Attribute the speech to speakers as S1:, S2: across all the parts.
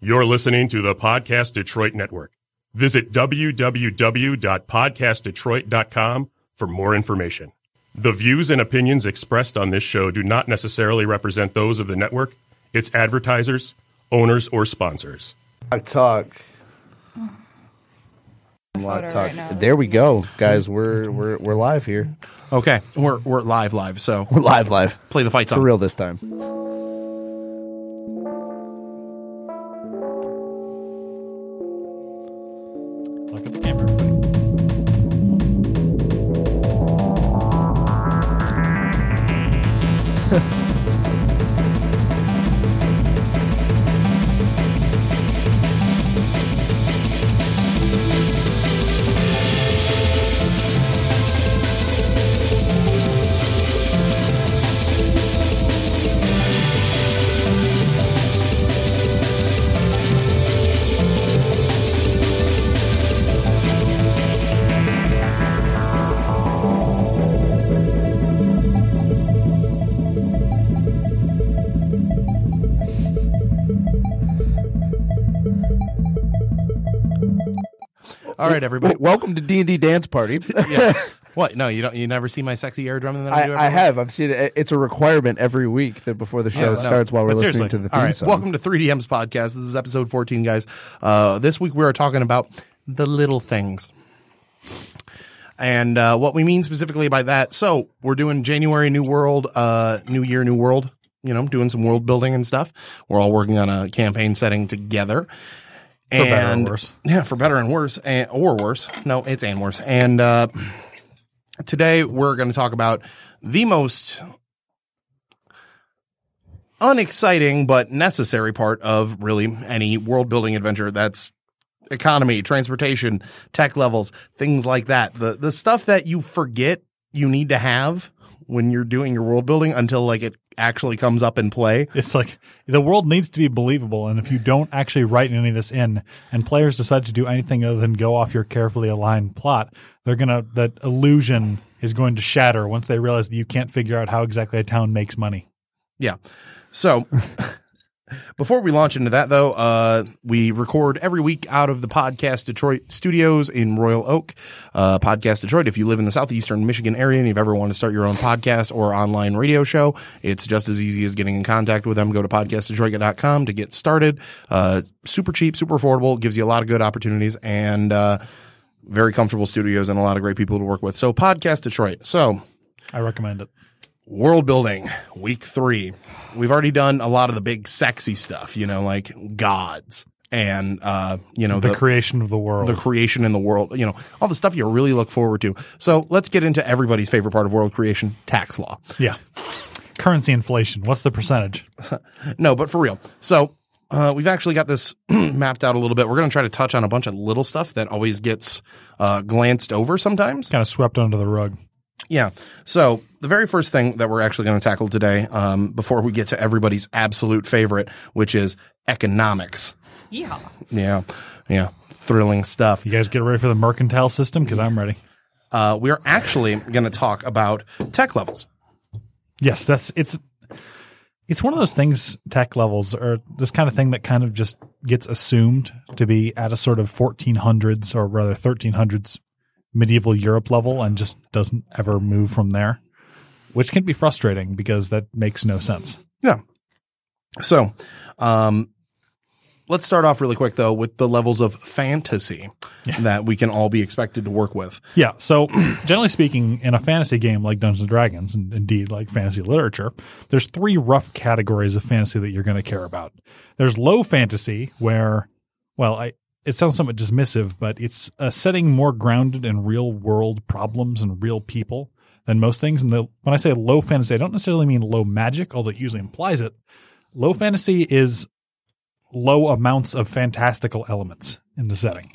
S1: You're listening to the Podcast Detroit Network. Visit www.podcastdetroit.com for more information. The views and opinions expressed on this show do not necessarily represent those of the network, its advertisers, owners, or sponsors.
S2: I talk.
S3: Photo right
S2: talk.
S3: now.
S2: there we go, guys. We're we're we're live here.
S4: Okay, we're we're live, live. So
S2: We're live, live
S4: play the fight song.
S2: for real this time.
S5: Look at the camera. everybody.
S4: All right, everybody.
S2: Welcome to D and D dance party.
S4: Yes. what? No, you don't. You never see my sexy air drum that I, do.
S2: I, I
S4: every-
S2: have. I've seen it. It's a requirement every week that before the show
S4: No.
S2: starts, while we're
S5: But
S2: listening to
S5: seriously,
S2: the theme
S4: All right.
S2: song.
S4: Welcome to 3DM's podcast. This is episode 14, guys. Uh, this week we are talking about the little things. And uh, what we mean specifically by that. So we're doing January New World, uh, New Year, New World, you know, doing some world building and stuff. We're all working on a campaign setting together. and,
S5: better or worse.
S4: Yeah, for better and worse, and, or worse. No, it's and worse. And uh, today we're going to talk about the most unexciting but necessary part of really any world building adventure that's economy, transportation, tech levels, things like that. The the stuff that you forget you need to have when you're doing your world building until like it actually comes up in play.
S5: It's like the world needs to be believable, and if you don't actually write any of this in, and players decide to do anything other than go off your carefully aligned plot, they're gonna that illusion is going to shatter once they realize that you can't figure out how exactly a town makes money.
S4: Yeah. So before we launch into that, though, uh, we record every week out of the Podcast Detroit studios in Royal Oak. Uh, Podcast Detroit, if you live in the southeastern Michigan area and you've ever wanted to start your own podcast or online radio show, it's just as easy as getting in contact with them. Go to podcastdetroit.com to get started. Uh, super cheap, super affordable, gives you a lot of good opportunities. And, uh, very comfortable studios and a lot of great people to work with. So, Podcast Detroit. So,
S5: I recommend it.
S4: world building week three we've already done a lot of the big sexy stuff you know like gods and uh you know
S5: The,
S4: the,
S5: creation of the world.
S4: the creation in the world you know all the stuff you really look forward to so let's get into everybody's favorite part of world creation tax law
S5: yeah. Currency inflation. What's the percentage?
S4: no but for real so uh, we've actually got this mapped out a little bit we're going to try to touch on a bunch of little stuff that always gets uh, glanced over sometimes
S5: Kind of swept under the rug.
S4: Yeah. So the very first thing that we're actually going to tackle today, um, before we get to everybody's absolute favorite, which is economics.
S3: Yeehaw.
S4: Yeah. Yeah. Thrilling stuff.
S5: You guys get ready for the mercantile system because I'm ready.
S4: Uh, we are actually going to talk about tech levels.
S5: Yes, that's it's it's one of those things tech levels or this kind of thing that kind of just gets assumed to be at a sort of 1400s or rather 1300s medieval Europe level and just doesn't ever move from there, which can be frustrating because that makes no sense.
S4: Yeah. So, um, let's start off really quick though with the levels of fantasy that we can all be expected to work with.
S5: Yeah. So, generally speaking, in a fantasy game like Dungeons and Dragons, and indeed like fantasy literature, there's three rough categories of fantasy that you're going to care about. There's low fantasy, where, well, I, it sounds somewhat dismissive, but it's a setting more grounded in real world problems and real people than most things. And the, when I say low fantasy, I don't necessarily mean low magic, although it usually implies it. Low fantasy is low amounts of fantastical elements in the setting.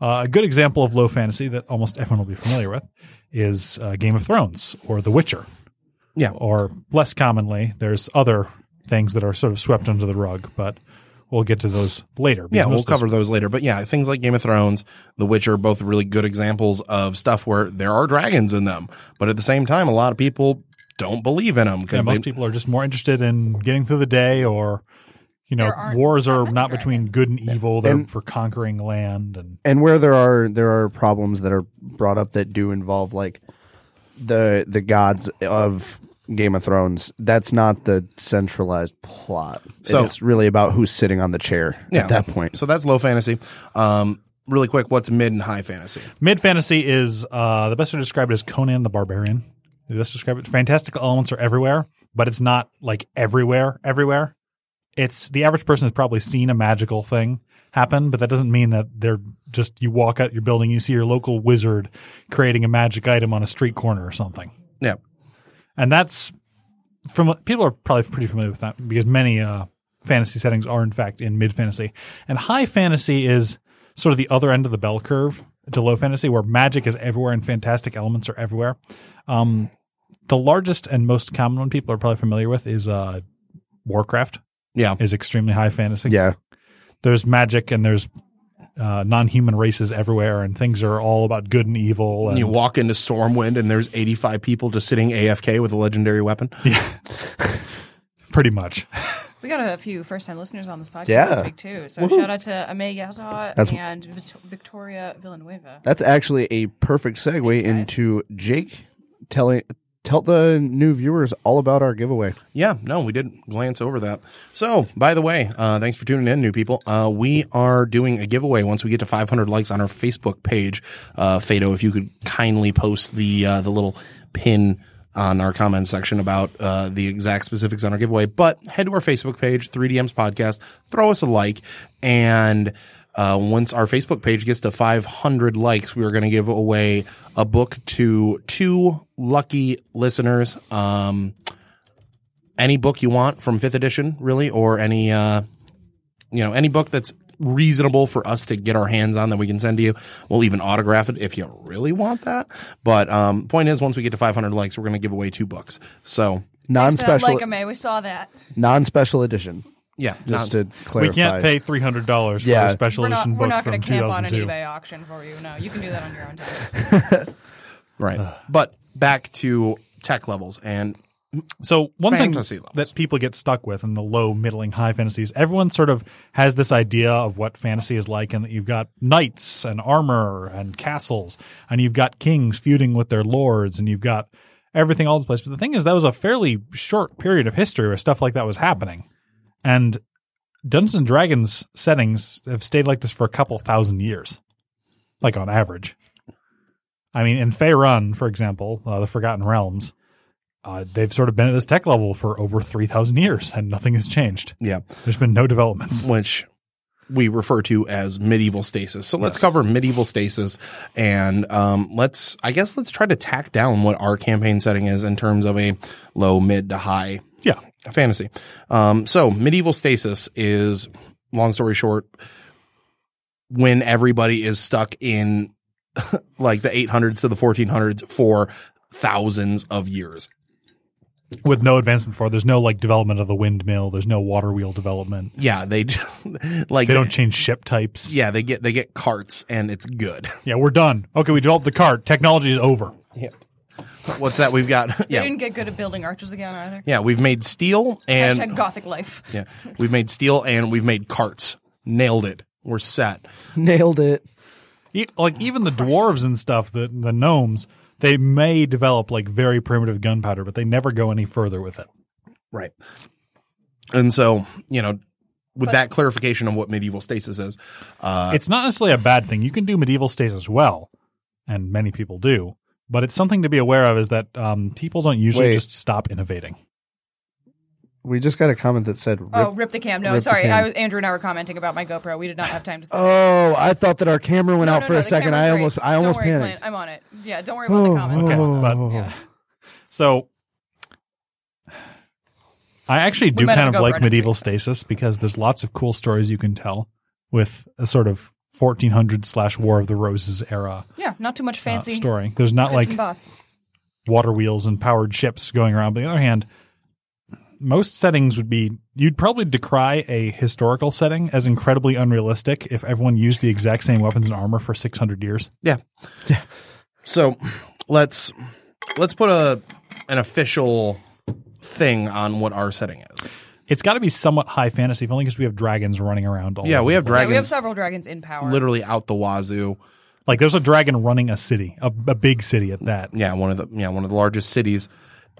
S5: Uh, a good example of low fantasy that almost everyone will be familiar with is uh, Game of Thrones or The Witcher.
S4: Yeah.
S5: Or less commonly, there's other things that are sort of swept under the rug, but we'll get to those later. because
S4: Yeah, we'll
S5: most of us-
S4: cover those later. But yeah, things like Game of Thrones, The Witcher, both really good examples of stuff where there are dragons in them. But at the same time, a lot of people don't believe in them
S5: yeah,
S4: because
S5: most people are just more interested in getting through the day or you know
S3: There aren't
S5: wars
S3: that
S5: are
S3: many
S5: not between
S3: dragons.
S5: good and evil; they're
S2: And-
S5: for conquering land and
S2: and where there are there are problems that are brought up that do involve like the the gods of Game of Thrones. That's not the centralized plot.
S4: So-
S2: it's really about who's sitting on the chair at that point.
S4: So that's low fantasy. Um, really quick, what's mid and high fantasy?
S5: Mid fantasy is uh, the best way to describe it is Conan the Barbarian. The best to describe it. Fantastical elements are everywhere, but it's not like everywhere, everywhere. It's the average person has probably seen a magical thing happen, but that doesn't mean that they're just you walk out your building, you see your local wizard creating a magic item on a street corner or something.
S4: Yeah.
S5: And that's from what- people are probably pretty familiar with that because many uh, fantasy settings are in fact in mid fantasy and high fantasy is sort of the other end of the bell curve to low fantasy where magic is everywhere and fantastic elements are everywhere. Um, the largest and most common one people are probably familiar with is uh, Warcraft
S4: Yeah.
S5: is extremely high fantasy.
S2: Yeah,
S5: There's magic and there's uh, non-human races everywhere and things are all about good and evil. And
S4: You walk into Stormwind and there's 85 people just sitting AFK with a legendary weapon.
S5: pretty much.
S3: We got a few first time listeners on this podcast
S2: Yeah.
S3: this week, too. So shout out to Amey Yazha
S2: That's-
S3: and Vit- Victoria Villanueva.
S2: that's actually a perfect segue into Jake telling tell the new viewers all about our giveaway.
S4: Yeah, no, we did glance over that. So, by the way, uh, thanks for tuning in, new people. Uh, we are doing a giveaway once we get to 500 likes on our Facebook page. Uh, Fado, if you could kindly post the uh, the little pin on our comment section about uh, the exact specifics on our giveaway. But head to our Facebook page, 3DMs Podcast, throw us a like, and uh, once our Facebook page gets to 500 likes, we are going to give away a book to two lucky listeners. Um, any book you want from fifth edition, really, or any uh, you know any book that's reasonable for us to get our hands on that we can send to you. We'll even autograph it if you really want that. But um, point is, once we get to 500 likes, we're going to give away two books. So
S2: Non
S3: Spelled
S2: special,
S3: Like um, Amey, we saw that.
S2: non special edition.
S4: yeah,
S2: Just
S4: not-
S2: to clarify,
S5: We can't pay three hundred dollars for
S2: Yeah.
S5: a special
S3: We're not,
S5: edition
S3: we're
S5: book
S3: not
S5: from
S3: going to
S5: two
S3: camp on
S5: thousand
S3: an
S5: two.
S3: eBay auction for you. No, you can do that on your own time.
S4: right. But back to tech levels and
S5: So one
S4: Fantasy
S5: thing
S4: levels.
S5: that people get stuck with in the low, middling, high fantasies, everyone sort of has this idea of what fantasy is like, and that you've got knights and armor and castles, and you've got kings feuding with their lords, and you've got everything all over the place. But the thing is, that was a fairly short period of history where stuff like that was happening, and Dungeons and Dragons settings have stayed like this for a couple thousand years, like on average. I mean, in Faerun, for example, uh, the Forgotten Realms, uh, they've sort of been at this tech level for over 3,000 years and nothing has changed.
S4: yeah,
S5: There's been no developments.
S4: which we refer to as medieval stasis. So let's cover medieval stasis and um, let's, I guess, let's try to tack down what our campaign setting is in terms of a low, mid to high
S5: Yeah.
S4: fantasy. Um, so medieval stasis is, long story short, when everybody is stuck in like the 800s to the 1400s for thousands of years.
S5: With no advancement for, there's no like development of the windmill, there's no water wheel development.
S4: Yeah, they like
S5: They don't change ship types.
S4: Yeah, they get they get carts and it's good.
S5: Yeah, we're done. Okay, we developed the cart. Technology is over.
S4: Yeah. What's that we've got?
S3: They
S4: Yeah.
S3: didn't get good at building arches again either.
S4: Yeah, we've made steel
S3: Hashtag
S4: and
S3: gothic life.
S4: yeah, we've made steel and we've made carts. Nailed it. We're set.
S2: Nailed it.
S5: E- like even the dwarves and stuff, the the gnomes, they may develop like very primitive gunpowder, but they never go any further with it.
S4: Right. And so, you know, with that clarification of what medieval stasis is, uh,
S5: it's not necessarily a bad thing. You can do medieval states as well, and many people do. But it's something to be aware of is that um, people don't usually
S2: Wait.
S5: just stop innovating.
S2: We just got a comment that said, "Rip
S3: Oh, rip the cam. No,
S2: Rip the
S3: sorry.
S2: cam.
S3: I was Andrew and I were commenting about my GoPro. We did not have time to say that.
S2: Oh, I thought that our camera went
S3: No,
S2: out
S3: no,
S2: for
S3: no,
S2: a
S3: the
S2: second.
S3: camera's
S2: I
S3: great.
S2: almost, I
S3: Don't
S2: almost
S3: worry, Clint.
S2: panicked.
S3: I'm on it. Yeah, don't worry about the comments.
S5: oh,
S3: Come on.
S5: but-
S3: Yeah.
S5: So, I actually do
S3: might
S5: kind
S3: have
S5: of
S3: to go
S5: like
S3: over next
S5: medieval
S3: week.
S5: stasis because there's lots of cool stories you can tell with a sort of 1400 slash War of the Roses era
S3: yeah, not too much
S5: uh,
S3: fancy.
S5: story. There's not
S3: bits
S5: like
S3: and bots.
S5: water wheels and powered ships going around. But on the other hand, most settings would be you'd probably decry a historical setting as incredibly unrealistic if everyone used the exact same weapons and armor for 600 years.
S4: yeah. So let's let's put a an official thing on what our setting is.
S5: It's got to be somewhat high fantasy, if only because we have dragons running around. All
S4: Yeah,
S5: over
S4: we
S5: the
S4: have
S5: place.
S3: Yeah, we have
S4: dragons
S3: several dragons in power.
S4: literally out the wazoo.
S5: Like there's a dragon running a city, a, a big city at that.
S4: Yeah, one of the yeah one of the largest cities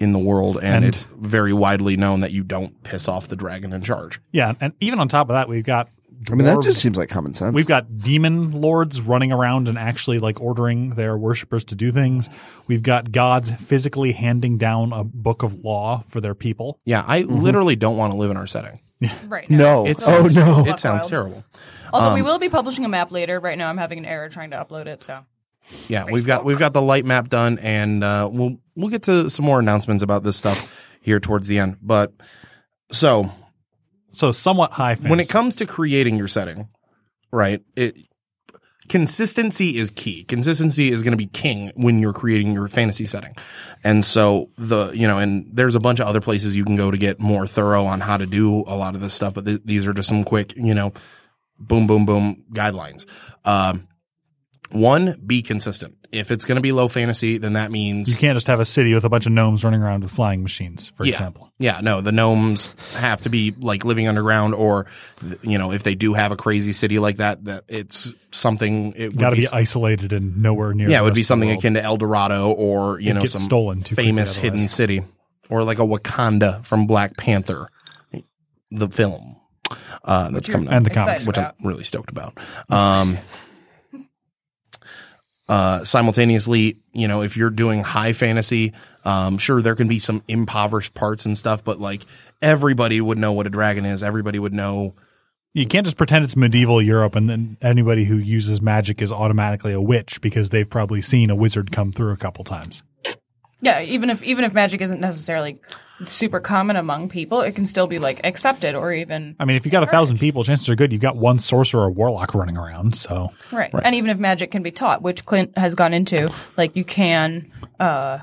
S4: in the world, and,
S5: And-
S4: it's very widely known that you don't piss off the dragon in charge.
S5: Yeah, and even on top of that, we've got.
S2: I mean, that
S5: dwarves.
S2: just seems like common sense.
S5: We've got demon lords running around and actually like ordering their worshippers to do things. We've got gods physically handing down a book of law for their people.
S4: Yeah, I literally don't want to live in our setting.
S3: Right.
S2: no.
S4: It
S2: Mm-hmm. oh
S4: sounds,
S2: no.
S4: it sounds
S3: Wild.
S4: terrible.
S3: Also, we will be publishing a map later. Right now, I'm having an error trying to upload it. So
S4: Yeah, we've got we've got the light map done, and uh, we'll we'll get to some more announcements about this stuff here towards the end. But so
S5: So somewhat high fantasy.
S4: when it comes to creating your setting, right? It consistency is key. Consistency is going to be king when you're creating your fantasy setting. And so the, you know, and there's a bunch of other places you can go to get more thorough on how to do a lot of this stuff, but th- these are just some quick, you know, boom boom boom guidelines. Um one, be consistent. If it's going to be low fantasy, then that means
S5: you can't just have a city with a bunch of gnomes running around with flying machines, for
S4: yeah.
S5: example.
S4: Yeah, no, the gnomes have to be like living underground, or th- you know, if they do have a crazy city like that, that it's something. It
S5: Got to
S4: would
S5: be,
S4: be,
S5: isolated and nowhere near.
S4: yeah,
S5: the
S4: it would
S5: rest
S4: be
S5: of the
S4: something
S5: world.
S4: akin to El Dorado, or you know,
S5: get
S4: some
S5: stolen too quickly
S4: famous hidden
S5: otherwise.
S4: city, or like a Wakanda from Black Panther, the film uh, that's coming out
S5: and the
S3: Excited.
S5: comics.
S4: which
S3: about.
S4: I'm really stoked about. Um, uh, simultaneously, you know, if you're doing high fantasy, um, sure there can be some impoverished parts and stuff, but like everybody would know what a dragon is. Everybody would know.
S5: You can't just pretend it's medieval Europe and then anybody who uses magic is automatically a witch because they've probably seen a wizard come through a couple times.
S3: yeah, even if even if magic isn't necessarily super common among people, it can still be like accepted or even
S5: I mean, if you got a thousand people, chances are good you've got one sorcerer or warlock running around. So
S3: Right. And even if magic can be taught, which Clint has gone into, like you can uh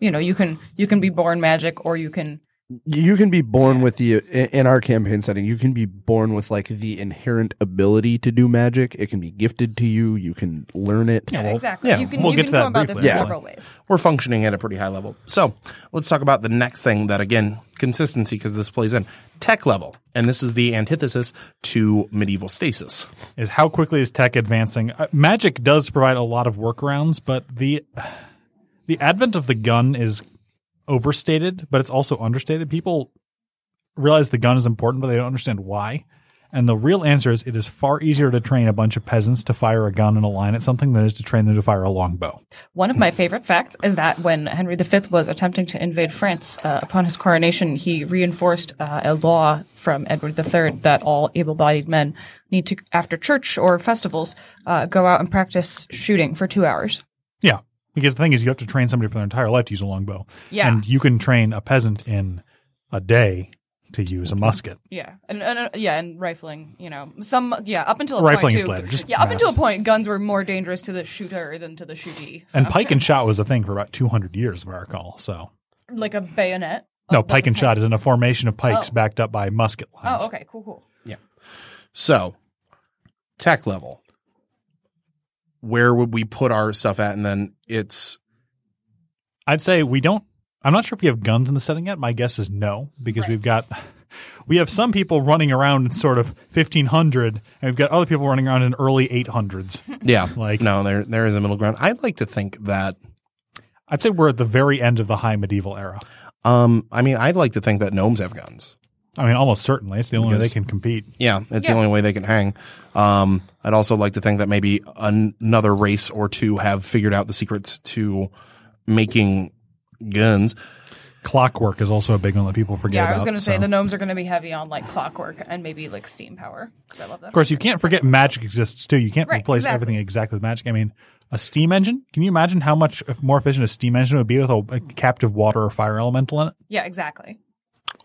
S3: you know, you can you can be born magic or you can
S2: you can be born with the in in our campaign setting you can be born with like the inherent ability to do magic it can be gifted to you you can learn it
S5: Yeah, Oh, well,
S3: exactly
S4: yeah,
S3: you can
S5: we'll
S3: you
S5: get
S3: can
S5: to that
S3: go about this
S5: briefly.
S3: in
S2: Yeah.
S3: several ways.
S4: We're functioning at a pretty high level. So let's talk about the next thing that, again, consistency, because this plays in tech level. And this is the antithesis to medieval stasis.
S5: is how quickly is tech advancing? Uh, magic does provide a lot of workarounds, but the the advent of the gun is overstated, but it's also understated. People realize the gun is important, but they don't understand why. And the real answer is it is far easier to train a bunch of peasants to fire a gun in a line at something than it is to train them to fire a longbow.
S3: One of my favorite facts is that when Henry V was attempting to invade France, uh, upon his coronation, he reinforced uh, a law from Edward III that all able-bodied men need to, after church or festivals, uh, go out and practice shooting for two hours.
S5: Yeah. Because the thing is, you have to train somebody for their entire life to use a longbow.
S3: Yeah.
S5: And you can train a peasant in a day to use a musket.
S3: Yeah, and, and uh, yeah, and rifling. You know, some yeah, up until a
S5: Rifling
S3: point,
S5: is
S3: too,
S5: later, just
S3: yeah, up
S5: mass.
S3: until a point, guns were more dangerous to the shooter than to the shootee. So,
S5: And pike and shot was a thing for about 200 years, if I recall. So,
S3: like a bayonet.
S5: no,
S3: Oh,
S5: pike and shot is in a formation of pikes
S3: Oh.
S5: backed up by musket lines.
S3: Oh, okay, cool, cool.
S4: So, tech level, where would we put our stuff at? And then it's
S5: I'd say we don't. I'm not sure if we have guns in the setting yet. My guess is no, because we've got we have some people running around in sort of 1500, and we've got other people running around in early 800s.
S4: yeah,
S5: Like-
S4: no, there there is a middle ground. I'd like to think that.
S5: I'd say we're at the very end of the high medieval era.
S4: Um, I mean, I'd like to think that gnomes have guns.
S5: I mean, almost certainly it's the only way they
S4: Because-
S5: can compete.
S4: Yeah, it's the only way they can hang. Um, I'd also like to think that maybe an- another race or two have figured out the secrets to making guns.
S5: Clockwork is also a big one that people forget
S3: Yeah,
S5: about.
S3: I was going to say
S5: so-
S3: the gnomes are going to be heavy on like clockwork and maybe like steam power because I love that.
S5: Of course, you can't forget magic exists too. You can't
S3: Right,
S5: replace
S3: exactly.
S5: everything exactly with magic. I mean, a steam engine. Can you imagine how much more efficient a steam engine would be with a, a captive water or fire elemental in it?
S3: Yeah, exactly.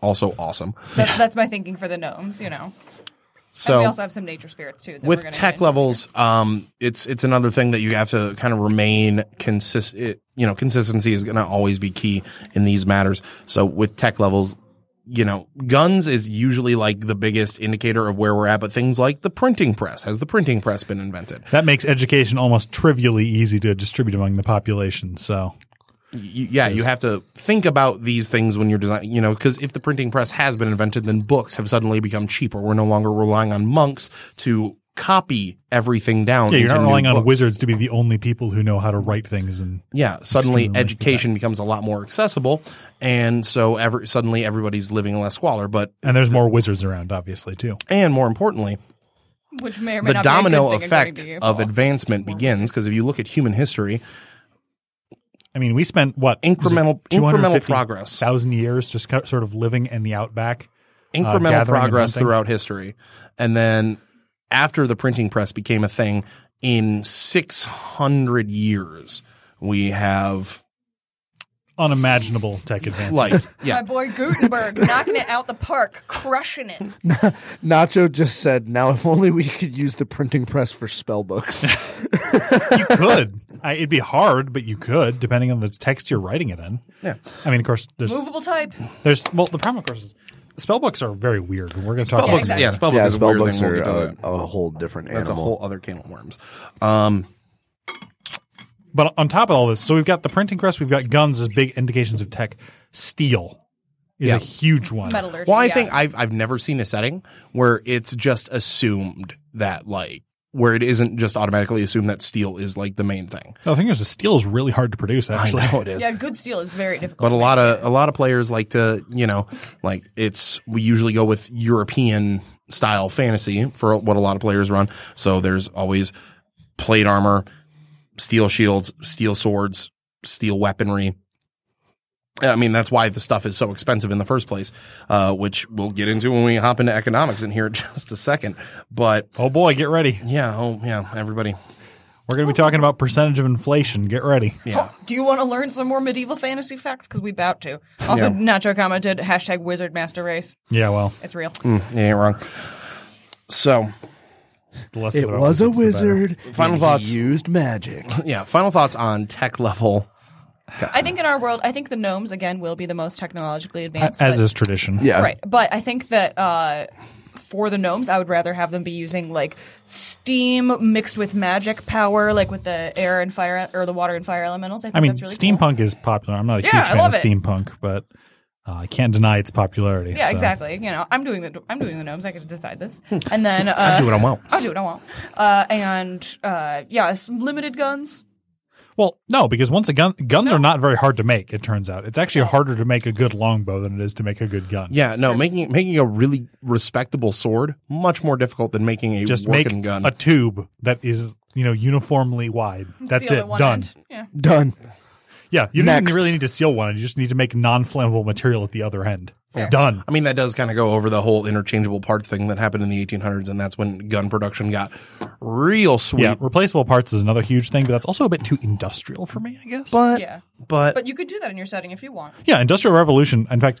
S4: Also awesome.
S3: That's that's my thinking for the gnomes. You know,
S4: So
S3: and we also have some nature spirits too. That we're
S4: with
S3: gonna get
S4: tech
S3: into.
S4: levels, um, it's it's another thing that you have to kind of remain consistent. You know, consistency is going to always be key in these matters. So with tech levels, you know, guns is usually like the biggest indicator of where we're at. But things like the printing press has the printing press been invented?
S5: That makes education almost trivially easy to distribute among the population. So
S4: you, yeah, you have to think about these things when you're designing, you know, because if the printing press has been invented, then books have suddenly become cheaper. We're no longer relying on monks to copy everything down.
S5: Yeah, you're
S4: into
S5: not
S4: new
S5: relying on
S4: books.
S5: wizards to be the only people who know how to write things and
S4: Yeah, suddenly
S5: Extremely,
S4: education becomes a lot more accessible, and so ever suddenly everybody's living in less squalor. But
S5: and there's more wizards around obviously too.
S4: and more importantly,
S3: Which may or may
S4: the
S3: not
S4: domino
S3: be a good thing, according
S4: effect
S3: to you,
S4: of
S3: Paul.
S4: advancement begins because if you look at human history,
S5: Uh, I mean, we spent what
S4: Incremental- incremental progress.
S5: thousand years just co- sort of living in the outback.
S4: incremental
S5: gathering
S4: progress
S5: and hunting.
S4: throughout history. And then after the printing press became a thing in 600 years, we have
S5: Unimaginable tech advances.
S4: like,
S3: My
S4: yeah,
S3: boy Gutenberg knocking it out the park, crushing it.
S2: Nacho just said, "Now if only we could use the printing press for spell books."
S5: you could. I, it'd be hard, but you could, depending on the text you're writing it in.
S4: Yeah.
S5: I mean, of course, there's
S3: Movable type.
S5: there's well, the problem, of course, is spellbooks are very weird. and We're going to talk about
S4: spellbooks,
S5: them
S3: exactly.
S4: yeah,
S5: later.
S4: spellbook
S2: yeah,
S4: is a
S2: spell
S4: weird
S2: books
S4: thing.
S2: are
S4: We'll get to
S2: a,
S4: that.
S2: a whole different
S4: That's a
S2: animal.
S4: whole other can of worms. Um,
S5: But on top of all this, so we've got the printing press, we've got guns as big indications of tech. Steel is
S4: Yeah.
S5: a huge one.
S3: Metallurgy.
S4: well, I
S3: yeah.
S4: think I've, I've never seen a setting where it's just assumed that, like, where it isn't just automatically assumed that steel is like the main thing.
S5: The thing is, the steel is really hard to produce. Actually,
S4: I know it is.
S3: Yeah, good steel is very difficult.
S4: But a lot of a lot of players like to, you know, like it's we usually go with European style fantasy for what a lot of players run. So there's always plate armor, steel shields, steel swords, steel weaponry. I mean, that's why the stuff is so expensive in the first place, uh, which we'll get into when we hop into economics in here in just a second. But
S5: oh boy, get ready.
S4: yeah, oh yeah, everybody.
S5: We're going to be talking about percentage of inflation. Get ready.
S4: Yeah.
S3: Oh, Do you want to learn some more medieval fantasy facts? Because we bout to. Also, Nacho commented hashtag Wizard Master Race.
S5: Yeah, well,
S3: It's real.
S4: You ain't wrong. So
S5: the less
S2: It
S5: said about
S2: was a
S5: wizards, the better.
S2: wizard.
S4: Final
S2: and
S4: thoughts.
S2: He used magic.
S4: yeah, final thoughts on tech level
S3: I think in our world, I think the gnomes again will be the most technologically advanced.
S5: as
S3: but-
S5: is tradition.
S2: Yeah,
S3: Right. But I think that uh, for the gnomes, I would rather have them be using like steam mixed with magic power, like with the air and fire or the water and fire elementals. I think
S5: I mean,
S3: that's really cool.
S5: steampunk is popular. I'm not a
S3: Yeah,
S5: huge
S3: I
S5: fan
S3: love
S5: of
S3: it.
S5: steampunk, but uh, I can't deny its popularity.
S3: Yeah,
S5: so.
S3: exactly. You know, I'm doing the I'm doing the gnomes. I get to decide this, and then uh,
S4: do what I want.
S3: I'll do what I want. Uh, and uh, yeah, it's limited guns.
S5: Well, no, because once a gun, guns are not very hard to make. It turns out it's actually harder to make a good longbow than it is to make a good gun.
S4: Yeah, no, making making a really respectable sword much more difficult than making a
S5: just make
S4: working gun.
S5: a tube that is you know uniformly wide. That's
S3: Seal
S5: it.
S3: at one
S5: Done.
S3: end. Yeah.
S2: Done.
S5: Yeah, you don't even
S2: Next.
S5: really need to seal one. end. You just need to make non-flammable material at the other end. Done.
S4: I mean, that does kind of go over the whole interchangeable parts thing that happened in the 1800s, and that's when gun production got real sweet.
S5: Yeah, replaceable parts is another huge thing, but that's also a bit too industrial for me, I guess.
S2: But
S3: Yeah.
S4: But,
S3: But you could do that in your setting if you want.
S5: yeah, industrial revolution. In fact,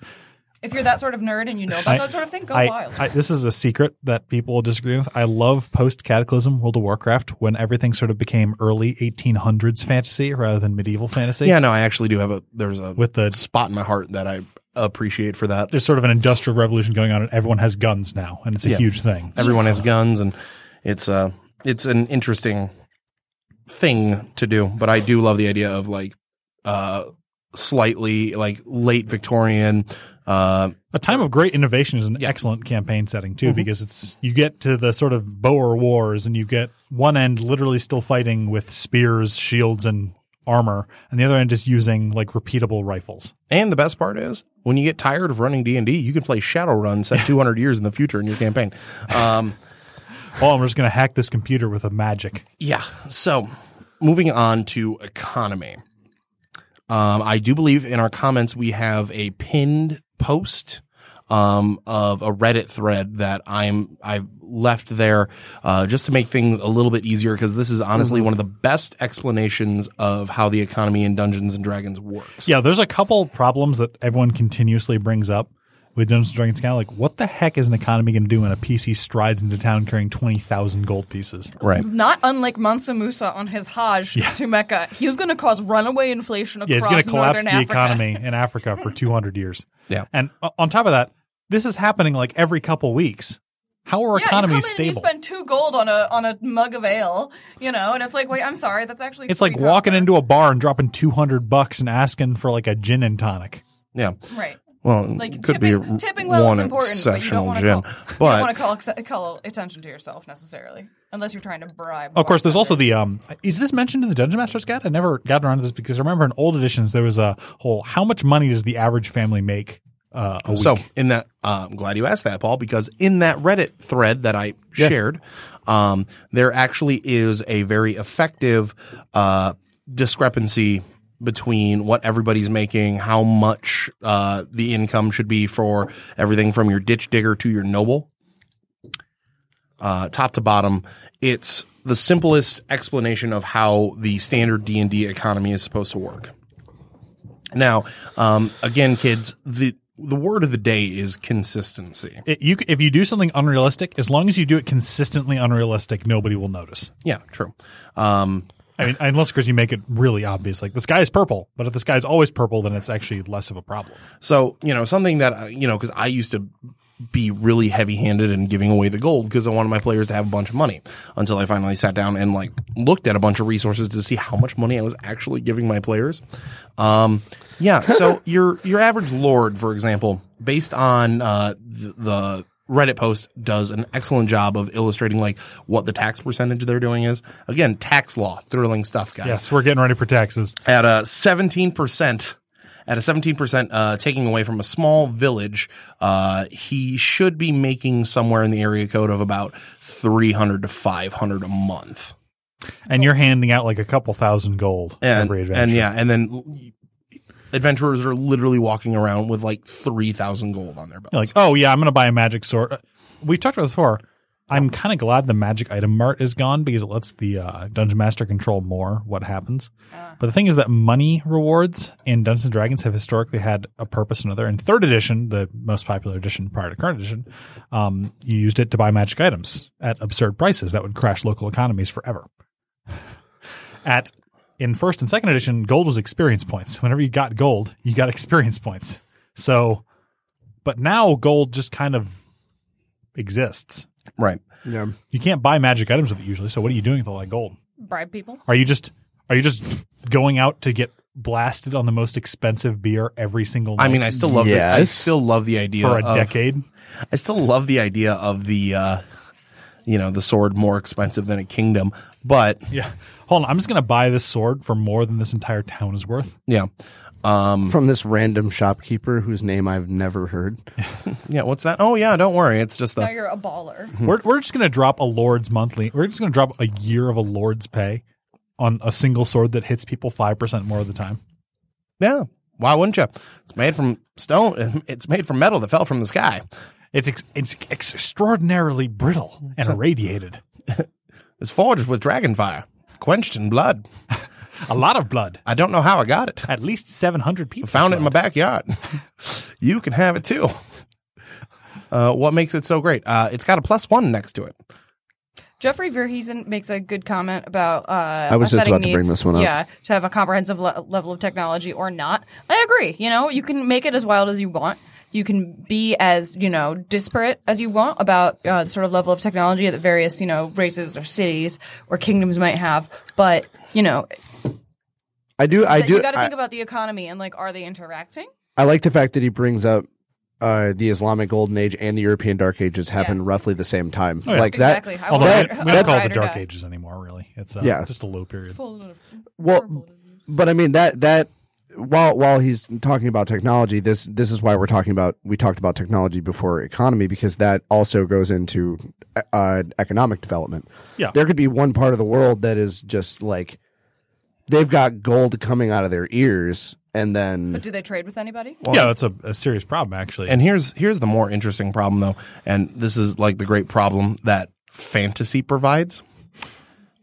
S3: If you're that sort of nerd and you know about that sort of thing, go
S5: I,
S3: wild.
S5: I, this is a secret that people will disagree with. I love post Cataclysm World of Warcraft when everything sort of became early 1800s fantasy rather than medieval fantasy.
S4: yeah, no, I actually do have a there's a
S5: With the-
S4: spot in my heart that I appreciate for that.
S5: There's sort of an industrial revolution going on, and everyone has guns now, and it's a
S4: Yeah.
S5: huge thing.
S4: Everyone has guns, and it's uh it's an interesting thing to do. But I do love the idea of like uh slightly like late Victorian. Uh,
S5: A time of great innovation is an excellent campaign setting
S4: Mm-hmm.
S5: too, because it's you get to the sort of Boer Wars, and you get one end literally still fighting with spears, shields, and armor, and the other end is using like repeatable rifles.
S4: And the best part is, when you get tired of running D and D, you can play Shadowrun set 200 years in the future in your campaign. Um,
S5: Oh, I'm just going to hack this computer with a magic.
S4: yeah. So, moving on to economy. Um, I do believe in our comments we have a pinned post um, of a Reddit thread that I'm I've left there uh, just to make things a little bit easier because this is honestly one of the best explanations of how the economy in Dungeons and Dragons works.
S5: Yeah, there's a couple problems that everyone continuously brings up with Dungeons and Dragons. Kind of like, what the heck is an economy going to do when a PC strides into town carrying twenty thousand gold pieces?
S4: Right.
S3: Not unlike Mansa Musa on his Hajj to Mecca, he was going to cause runaway inflation across
S5: Yeah, it's going to
S3: northern
S5: collapse the
S3: Africa.
S5: economy in Africa for two hundred years.
S4: Yeah.
S5: and o- on top of that, this is happening like every couple weeks. How are
S3: Yeah, you come in
S5: economies
S3: and you
S5: stable?
S3: spend two gold on a on a mug of ale, you know, and it's like, wait, I'm sorry, that's actually
S5: It's like walking into a bar and dropping 200 bucks and asking for like a gin and tonic.
S4: Yeah.
S3: right.
S4: Well,
S3: Like
S4: it could
S3: tipping,
S4: be
S3: tipping well
S4: one
S3: is important, but you don't
S4: exceptional
S3: want to
S4: gem.
S3: call, you
S4: But
S3: don't want to call, ex- call attention to yourself necessarily, unless you're trying to bribe.
S5: Of course, there's also the um. Is this mentioned in the Dungeon Master's Guide? I never got around to this because I remember in old editions there was a whole how much money does the average family make uh, a week?
S4: So in that, uh, I'm glad you asked that, Paul, because in that Reddit thread that I shared, um, there actually is a very effective uh, discrepancy between what everybody's making, how much uh, the income should be for everything from your ditch digger to your noble uh, top to bottom, it's the simplest explanation of how the standard D and D economy is supposed to work. Now, um, again, kids, the the word of the day is consistency.
S5: It- you c- if you do something unrealistic, as long as you do it consistently unrealistic, nobody will notice.
S4: Yeah, true. Um,
S5: I mean, unless of course you make it really obvious, like the sky is purple. But if the sky is always purple, then it's actually less of a problem.
S4: So, you know, something that, uh, you know, because I used to be really heavy handed in giving away the gold because I wanted my players to have a bunch of money until I finally sat down and like looked at a bunch of resources to see how much money I was actually giving my players. Um, yeah. So your, your average lord, for example, based on, uh, the, the Reddit post does an excellent job of illustrating like what the tax percentage they're doing is. Again, tax law, thrilling stuff, guys
S5: Yes, we're getting ready for taxes.
S4: at a 17% at a 17% uh, taking away from a small village uh, he should be making somewhere in the area code of about 300 to 500 a month
S5: And you're handing out like a couple thousand gold
S4: and,
S5: every adventure.
S4: and yeah and then adventurers are literally walking around with like 3000 gold on their belts
S5: You're like, oh yeah, I'm going to buy a magic sword. Uh, We've talked about this before. I'm kind of glad the magic item mart is gone because it lets the uh, dungeon master control more what happens. But the thing is that money rewards in Dungeons and Dragons have historically had a purpose or another. In third edition, the most popular edition prior to current edition, um, you used it to buy magic items at absurd prices that would crash local economies forever. at in first and second edition, gold was experience points. Whenever you got gold, you got experience points. So but now gold just kind of exists.
S4: right
S2: Yeah.
S5: You can't buy magic items with it usually. So what are you doing with all that gold?
S3: bribe people.
S5: Are you just are you just going out to get blasted on the most expensive beer every single night
S4: i mean i still love the, i uh,
S2: Yes.
S4: still love the idea
S5: for a
S4: of-
S5: decade?
S4: I still love the idea of the uh, you know the sword more expensive than a kingdom but
S5: Yeah. Hold on, I'm just going to buy this sword for more than this entire town is worth.
S4: yeah
S2: From this random shopkeeper whose name I've never heard.
S4: yeah what's that oh yeah don't worry it's just
S3: Now
S4: the
S3: you're a baller.
S4: Mm-hmm.
S5: We're we're just going to drop a lord's monthly. We're just going to drop a year of a lord's pay on a single sword that hits people 5% more of the time.
S4: Yeah. Why wouldn't you? It's made from stone. It's made from metal that fell from the sky.
S5: It's ex- it's extraordinarily brittle and irradiated.
S4: It's forged with dragon fire, quenched in blood.
S5: A lot of blood.
S4: I don't know how I got it.
S5: at least 700 people
S4: Found it in my backyard. you can have it too. Uh, what makes it so great? Uh, it's got a plus one next to it.
S3: Jeffrey Verheesen makes a good comment about. Uh,
S2: I was just
S3: setting
S2: about to bring
S3: needs,
S2: this one up.
S3: Yeah, to have a comprehensive le- level of technology or not. I agree. You know, you can make it as wild as you want. You can be as you know disparate as you want about uh, the sort of level of technology that various you know races or cities or kingdoms might have. But you know,
S2: I do. I
S3: th-
S2: do.
S3: you got to
S2: I-
S3: think about the economy and like, are they interacting?
S2: I like the fact that he brings up uh, the Islamic Golden Age and the European Dark Ages happened
S3: Yeah.
S2: roughly the same time.
S4: Oh,
S2: Like
S3: Exactly.
S2: that.
S3: I
S5: Although
S3: want
S5: we,
S3: to-
S5: we
S3: I
S5: don't
S3: want
S5: call
S3: to
S5: it the
S3: ride or
S5: Dark
S3: die.
S5: Ages anymore, really. It's uh,
S2: Yeah.
S5: just a low period.
S2: Well, but I mean that that while while he's talking about technology, this this is why we're talking about we talked about technology before economy because that also goes into uh, economic development.
S5: Yeah.
S2: there could be one part of the world that is just like they've got gold coming out of their ears, and then
S3: But do they trade with anybody?
S5: yeah, that's a, a serious problem, actually.
S4: And here's here's the more interesting problem though, and this is like the great problem that fantasy provides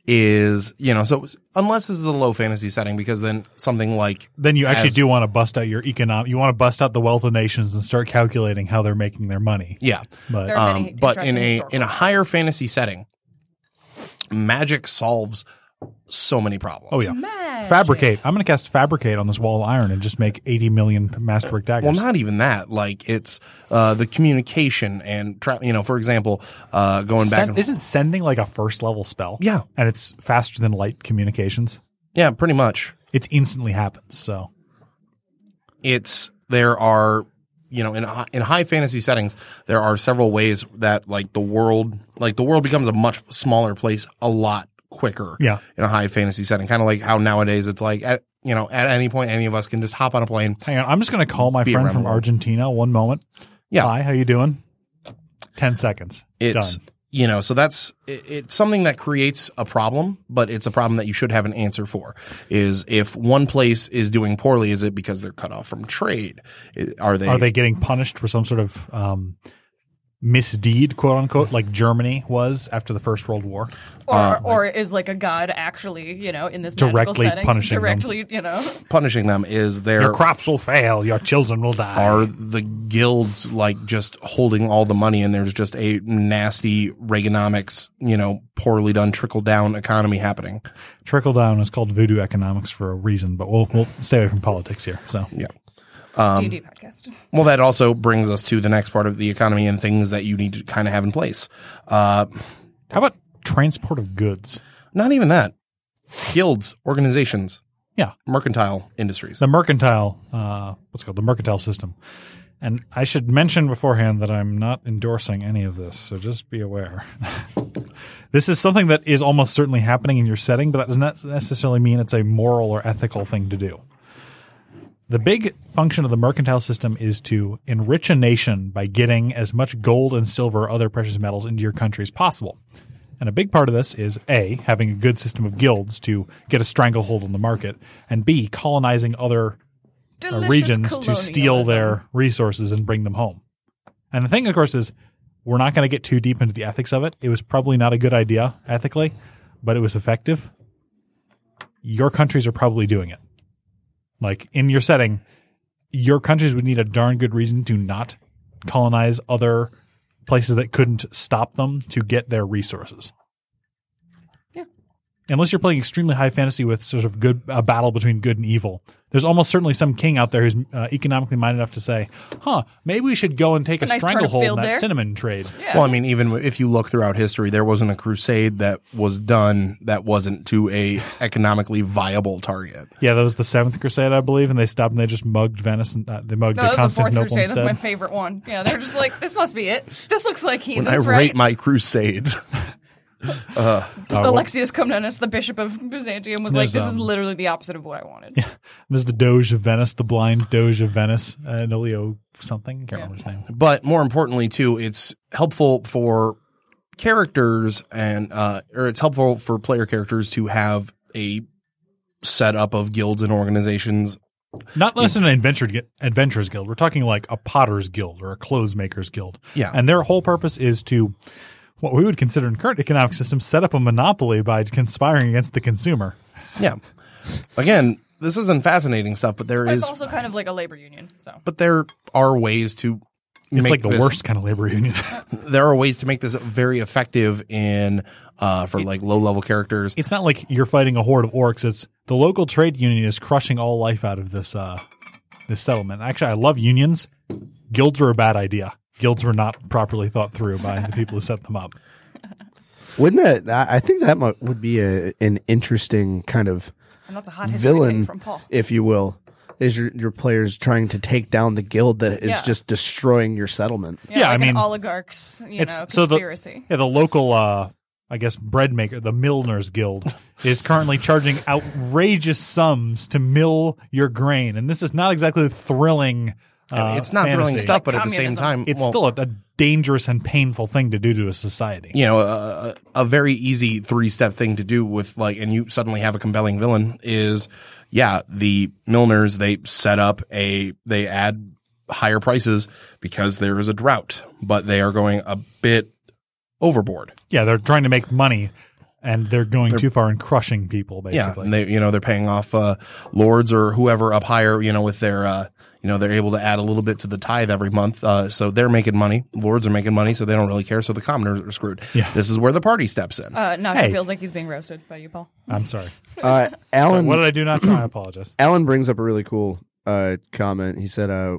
S4: is you know so unless this is a low fantasy setting because then something like
S5: then you actually
S4: as-
S5: do want to bust out your economic. You want to bust out the wealth of nations and start calculating how they're making their money.
S4: yeah
S5: But
S3: There are many
S4: um, but in
S3: interesting
S4: a
S3: historical
S4: in a
S3: ones.
S4: higher fantasy setting, magic solves so many problems.
S5: oh yeah,
S3: Magic.
S5: Fabricate. I'm going to cast Fabricate on this wall of iron and just make 80 million Masterwork daggers.
S4: Well, not even that. Like it's uh, the communication and tra- you know, for example, uh, going back.
S5: Send,
S4: and-
S5: isn't sending like a first level spell?
S4: Yeah.
S5: And it's faster than light communications.
S4: yeah, pretty much.
S5: It instantly happens. So
S4: It's there are you know in hi- in high fantasy settings there are several ways that like the world like the world becomes a much smaller place a lot quicker.
S5: Yeah.
S4: in a high fantasy setting, kind of like how nowadays it's like at you know at any point any of us can just hop on a plane.
S5: hang on. I'm just going to call my
S4: Be
S5: friend
S4: around
S5: from
S4: the world.
S5: Argentina one moment.
S4: Yeah.
S5: Hi, how you doing? 10 seconds.
S4: It's
S5: Done.
S4: you know so that's it, it's something that creates a problem, but it's a problem that you should have an answer for. Is if one place is doing poorly, is it because they're cut off from trade? I- Are they?
S5: Are they getting punished for some sort of um, misdeed, quote unquote, like Germany was after the First World War?
S3: Or,
S4: uh,
S3: or is like a god actually, you know, in this
S5: Directly
S3: magical setting,
S5: punishing them.
S3: directly, you know,
S4: punishing them? Is there
S5: Your crops will fail. Your children will die.
S4: are the guilds like just holding all the money and there's just a nasty Reaganomics, you know, poorly done trickle down economy happening?
S5: Trickle down is called voodoo economics for a reason, but we'll we'll stay away from politics here. So
S4: Yeah.
S5: Um,
S3: DD
S5: uh,
S3: podcast.
S4: Well, that also brings us to the next part of the economy and things that you need to kind of have in place. Uh,
S5: How about transport of goods?
S4: not even that. Guilds, organizations,
S5: Yeah,
S4: mercantile industries.
S5: the mercantile, uh, what's it called the mercantile system. And I should mention beforehand that I'm not endorsing any of this, so just be aware. this is something that is almost certainly happening in your setting, but that does not necessarily mean it's a moral or ethical thing to do. The big function of the mercantile system is to enrich a nation by getting as much gold and silver or other precious metals into your country as possible. And a big part of this is A, having a good system of guilds to get a stranglehold on the market, and B, colonizing other uh,
S3: Delicious
S5: regions to steal
S3: colonialism.
S5: their resources and bring them home. And the thing, of course, is we're not going to get too deep into the ethics of it. It was probably not a good idea ethically, but it was effective. Your countries are probably doing it. Like in your setting, your countries would need a darn good reason to not colonize other places that couldn't stop them to get their resources.
S3: Yeah.
S5: Unless you're playing extremely high fantasy with sort of good a battle between good and evil, there's almost certainly some king out there who's uh, economically minded enough to say, "Huh, maybe we should go and take a,
S3: nice turnip
S5: stranglehold in
S3: field
S5: that
S3: there."
S5: cinnamon trade."
S3: Yeah.
S4: Well, I mean, even if you look throughout history, there wasn't a crusade that was done that wasn't to a economically viable target.
S5: Yeah, that was the Seventh Crusade, I believe, and they stopped and they just mugged Venice and uh, they mugged
S3: No, that was the fourth
S5: Constantinople
S3: crusade. That's my
S5: instead.
S3: favorite one. Yeah, they're just like, this must be it. This looks like he.
S4: When I
S3: that's
S4: rate
S3: right.
S4: my crusades,
S5: well-
S3: Alexius Comnenus, the bishop of Byzantium, was like,
S5: Uh, There's,
S3: this is
S5: um,
S3: literally the opposite of what I wanted.
S5: There's the Doge of Venice, the blind Doge of Venice, uh, Nolio something. can't remember his name.
S4: but more importantly, too, it's helpful for characters and uh, or it's helpful for player characters to have a setup of guilds and organizations.
S5: Not less than an adventure gu- adventurers guild. We're talking like a potter's guild or a clothes maker's guild.
S4: Yeah.
S5: and their whole purpose is to what we would consider in current economic system set up a monopoly by conspiring against the consumer.
S4: Yeah. Again, this isn't fascinating stuff, but there is,
S3: It's also kind of like a labor union. So
S4: but there are ways to.
S5: It's
S4: make
S5: like the
S4: this-
S5: worst kind of labor union.
S4: there are ways to make this very effective in uh, for like low level characters.
S5: it's not like you're fighting a horde of orcs. It's the local trade union is crushing all life out of this uh, this settlement. Actually, I love unions. Guilds were a bad idea. Guilds were not properly thought through by the people who set them up.
S2: Wouldn't that? I I think that mu- would be a, an interesting kind of
S3: and that's a hot history
S2: villain,
S3: take from Paul.
S2: if you will. Is your your players trying to take down the guild that is
S3: Yeah.
S2: just destroying your settlement?
S5: Yeah,
S3: like
S5: I
S3: an
S5: mean,
S3: oligarchs, you know,
S5: so the-
S3: conspiracy.
S5: Yeah, the local, uh, I guess, bread maker, the Milner's Guild, is currently charging outrageous sums to mill your grain, and this is not exactly thrilling. Uh,
S4: it's not thrilling
S5: fantasy.
S4: stuff, but at the same
S3: communism.
S4: time,
S5: It's
S4: well,
S5: still a, a dangerous and painful thing to do to a society.
S4: you know a, a very easy three step thing to do with like, and you suddenly have a compelling villain is yeah the milliners they set up a they add higher prices because there is a drought, but they are going a bit overboard.
S5: Yeah, they're trying to make money and they're going too far and crushing people
S4: Yeah,
S5: basically.
S4: and they you know they're paying off uh, lords or whoever up higher. You know, with their uh, you know they're able to add a little bit to the tithe every month, uh, so they're making money. Lords are making money, so they don't really care. So the commoners are screwed.
S5: Yeah.
S4: this is where the party steps in.
S3: Uh, now
S5: Hey.
S3: he feels like he's being roasted by you, Paul.
S5: I'm sorry.
S2: Uh, Alan,
S5: What did I do not try? I apologize.
S2: Alan brings up a really cool uh, comment. He said, uh,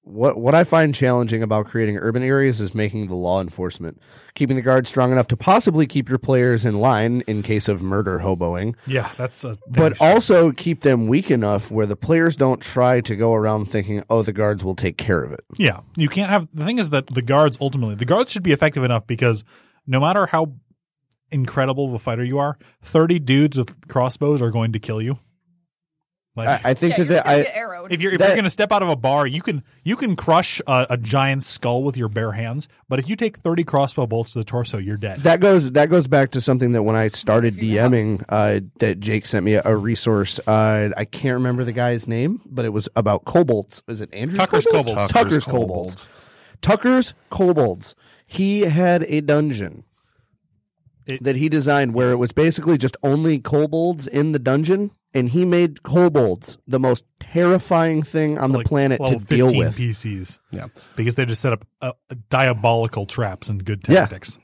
S2: "What what I find challenging about creating urban areas is making the law enforcement, keeping the guards strong enough to possibly keep your players in line in case of murder hoboing,
S5: Yeah, that's a
S2: but also keep them weak enough where the players don't try to go around thinking, oh, the guards will take care of it."
S5: Yeah, you can't have the thing is that the guards ultimately the guards should be effective enough because no matter how incredible of a fighter you are, thirty dudes with crossbows are going to kill you. Like
S2: I, I think
S3: Yeah, you're
S2: that that
S3: just gonna
S2: I.
S3: get arrowed.
S5: if you're if
S2: that-
S5: you're going to step out of a bar, you can you can crush a, a giant skull with your bare hands, but if you take thirty crossbow bolts to the torso, you're dead.
S2: that goes that goes back to something that when I started DMing, uh, that Jake sent me a, a resource. Uh, I can't remember the guy's name, but it was about kobolds. Was it Andrew
S5: Tucker's
S2: kobolds?
S5: kobolds.
S2: Tucker's kobolds. Tucker's kobolds. He had a dungeon
S5: It-
S2: that he designed where it was basically just only kobolds in the dungeon, and he made kobolds the most terrifying thing on the
S5: Like
S2: planet to
S5: level
S2: deal
S5: 15
S2: with.
S5: PCs.
S4: Yeah.
S5: because they just set up uh, diabolical traps and good
S2: Yeah.
S5: tactics.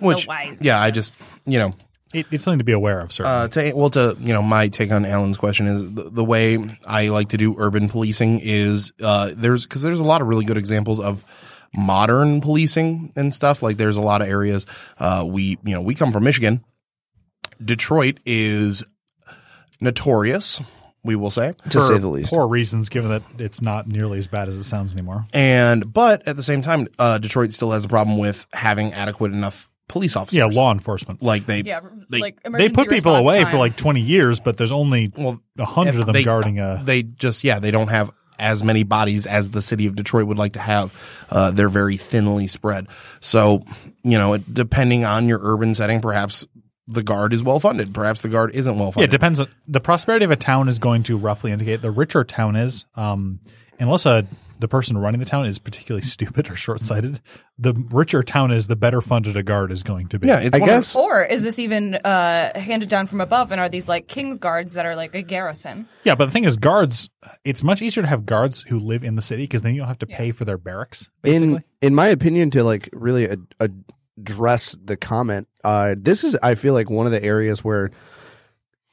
S4: Which,
S3: wise
S4: yeah, I just you know
S5: It, it's something to be aware of, certainly.
S4: Uh, to, well, to you know, my take on Alan's question is the, the way I like to do urban policing is uh, there's because there's a lot of really good examples of modern policing and stuff. Like there's a lot of areas uh, we you know we come from Michigan. Detroit is notorious, we will say,
S2: To
S4: for
S2: say the least,
S5: Poor reasons, given that it's not nearly as bad as it sounds anymore.
S4: and but at the same time, uh, Detroit still has a problem with having adequate enough police officers.
S5: Yeah, law enforcement.
S4: like they
S3: yeah,
S4: they,
S3: like
S5: they
S3: emergency
S5: put people
S3: response
S5: away for
S3: time.
S5: like 20 years, but there's only
S4: well
S5: a hundred of them
S4: they-
S5: guarding uh, a.
S4: they just yeah they don't have as many bodies as the city of Detroit would like to have. Uh, they're very thinly spread. So you know, it- depending on your urban setting, perhaps the guard is well funded. Perhaps the guard isn't well
S5: Yeah,
S4: funded.
S5: it depends. On, the prosperity of a town is going to roughly indicate the richer town is, um, unless a, the person running the town is particularly stupid or short sighted. The richer town is, the better funded a guard is going to be.
S4: Yeah, it's
S2: I
S4: one of-
S2: guess.
S3: Or is this even uh, handed down from above? And are these like king's guards that are like a garrison?
S5: Yeah, but the thing is, guards. It's much easier to have guards who live in the city because then you don't have to pay for their barracks. Basically,
S2: in in my opinion to like really ad- ad- address the comment uh this is i feel like one of the areas where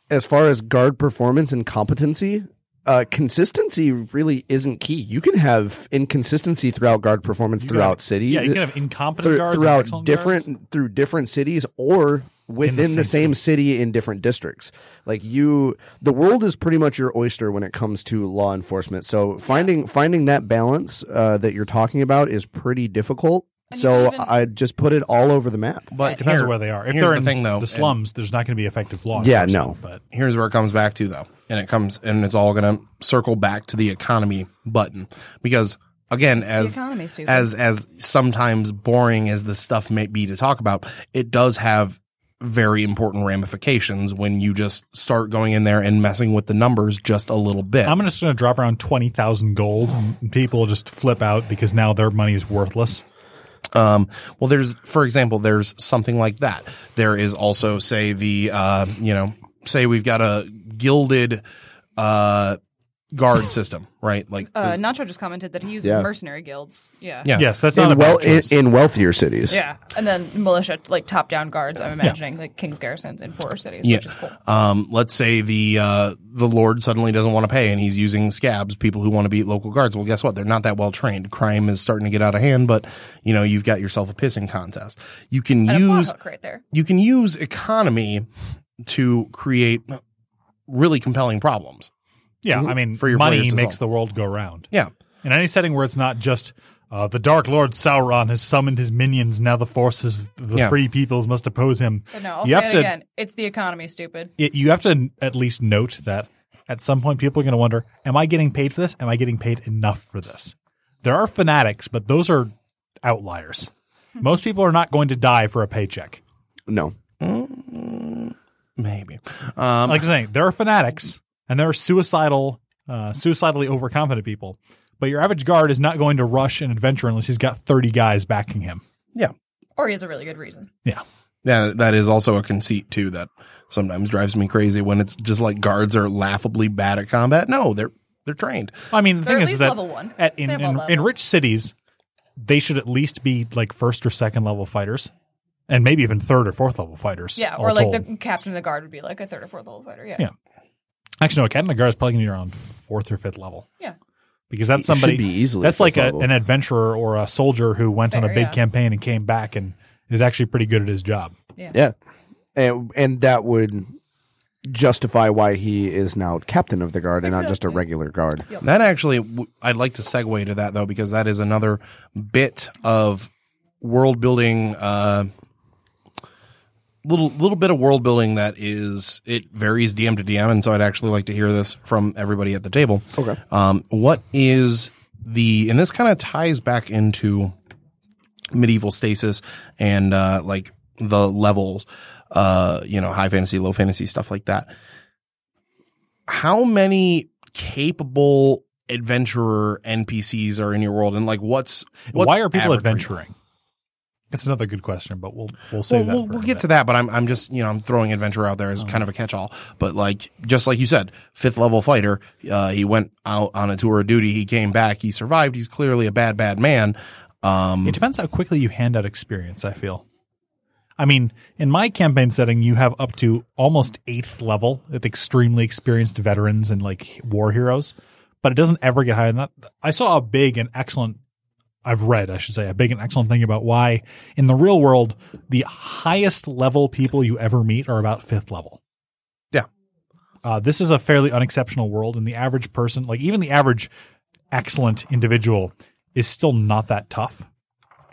S2: as far as guard performance and competency uh consistency really isn't key you can have inconsistency throughout guard performance
S5: You can
S2: throughout
S5: have-
S2: city
S5: Yeah, you
S2: th-
S5: can have incompetent
S2: through-
S5: guards and
S2: throughout
S5: excellent
S2: different
S5: guards.
S2: through different cities or within the, same
S5: same
S2: city in different districts like you the world is pretty much your oyster when it comes to law enforcement so finding finding that balance uh, that you're talking about is pretty difficult
S3: And you
S2: so
S3: can even-
S2: I just put it all over the map.
S4: but
S5: Depends
S4: here-
S5: on where they are. If
S4: here's
S5: they're
S4: the
S5: in
S4: thing, though,
S5: the
S4: and-
S5: slums, there's not going to be effective law.
S2: Yeah,
S5: enforcement, But
S4: here's where it comes back to though and it comes and it's all going to circle back to the economy button because again as
S3: economy, stupid.
S4: as as sometimes boring as this stuff may be to talk about it does have very important ramifications when you just start going in there and messing with the numbers just a little bit
S5: I'm just going to drop around twenty thousand gold, and people just flip out because now their money is worthless.
S4: Um, well, there's, for example, there's something like that. There is also, say, the, uh, you know, say we've got a gilded uh, guard system, right? Like,
S3: Uh, Nacho just commented that he uses
S2: Yeah.
S3: mercenary guilds. Yeah.
S4: yeah.
S5: Yes, that's not a
S2: In, well,
S5: bad
S2: in,
S5: choice.
S2: in wealthier cities,
S3: Yeah. And then militia, like top down guards, I'm imagining, like king's garrisons in poorer cities,
S4: Yeah.
S3: which is cool.
S4: Um, let's say the uh, the Lord suddenly doesn't want to pay, and he's using scabs, people who want to beat local guards. Well, guess what? They're not that well trained. Crime is starting to get out of hand, but you know you've got yourself a pissing contest. You can
S3: And a plot
S4: use
S3: hook right there.
S4: you can use economy to create really compelling problems.
S5: yeah, I mean,
S4: For your players
S5: money
S4: to solve.
S5: makes the world go round.
S4: Yeah.
S5: In any setting where it's not just uh, the Dark Lord Sauron has summoned his minions, now the forces, the
S4: Yeah.
S5: free peoples must oppose him.
S3: But no, I'll say
S5: you have
S3: it
S5: to
S3: again. It's the economy, stupid.
S5: it, you have to at least note that at some point people are going to wonder, am I getting paid for this? Am I getting paid enough for this? There are fanatics, but those are outliers. Most people are not going to die for a paycheck.
S2: no,
S4: Maybe. Um,
S5: Like I'm saying, there are fanatics and there are suicidal, uh, suicidally overconfident people. But your average guard is not going to rush an adventure unless he's got 30 guys backing him.
S4: Yeah.
S3: Or he has a really good reason.
S5: Yeah.
S4: Yeah, that is also a conceit too that sometimes drives me crazy when it's just like guards are laughably bad at combat. No, they're they're trained.
S5: I mean, the
S3: They're at
S5: thing is,
S3: least
S5: is that
S3: level one.
S5: At, in,
S3: They have all
S5: in,
S3: level.
S5: in rich cities, they should at least be like first or second level fighters, and maybe even third or fourth level fighters.
S3: Yeah,
S5: all
S3: or like
S5: told.
S3: the captain of the guard would be like a third or fourth level fighter. Yeah.
S5: Yeah. actually no, Academy Guard is probably going to be around fourth or fifth level.
S3: Yeah.
S5: because that's
S2: It should
S5: somebody
S2: be easily
S5: that's
S2: fifth
S5: like a,
S2: level.
S5: an adventurer or a soldier who went on a
S3: Fair,
S5: big
S3: yeah.
S5: campaign and came back and is actually pretty good at his job.
S2: Yeah. And, and that would justify why he is now captain of the guard and not just a regular guard.
S4: That actually, w- I'd like to segue to that though, because that is another bit of world building, uh, little little bit of world building that is it varies DM to DM, and so I'd actually like to hear this from everybody at the table. Okay, um, what is the and this kind of ties back into medieval stasis and uh, like the levels, uh, you know, high fantasy, low fantasy, stuff like that how many capable adventurer NPCs are in your world, and like what's, what's
S5: Why are people
S4: average for you?
S5: adventuring? That's another good question, but we'll we'll
S4: Well,
S5: save that.
S4: we'll,
S5: for
S4: we'll
S5: a
S4: get
S5: bit.
S4: to that, but I'm I'm just you know I'm throwing adventurer out there as kind of a catch-all, but like just like you said, fifth level fighter. Uh, he went out on a tour of duty. He came back. He survived. He's clearly a bad bad man. Um,
S5: It depends how quickly you hand out experience, I feel. I mean, in my campaign setting, you have up to almost eighth level with extremely experienced veterans and like war heroes, but it doesn't ever get higher than that. I saw a big and excellent, I've read, I should say, a big and excellent thing about why in the real world, the highest level people you ever meet are about fifth level.
S4: Yeah.
S5: Uh, this is a fairly unexceptional world, and the average person, like even the average excellent individual, is still not that tough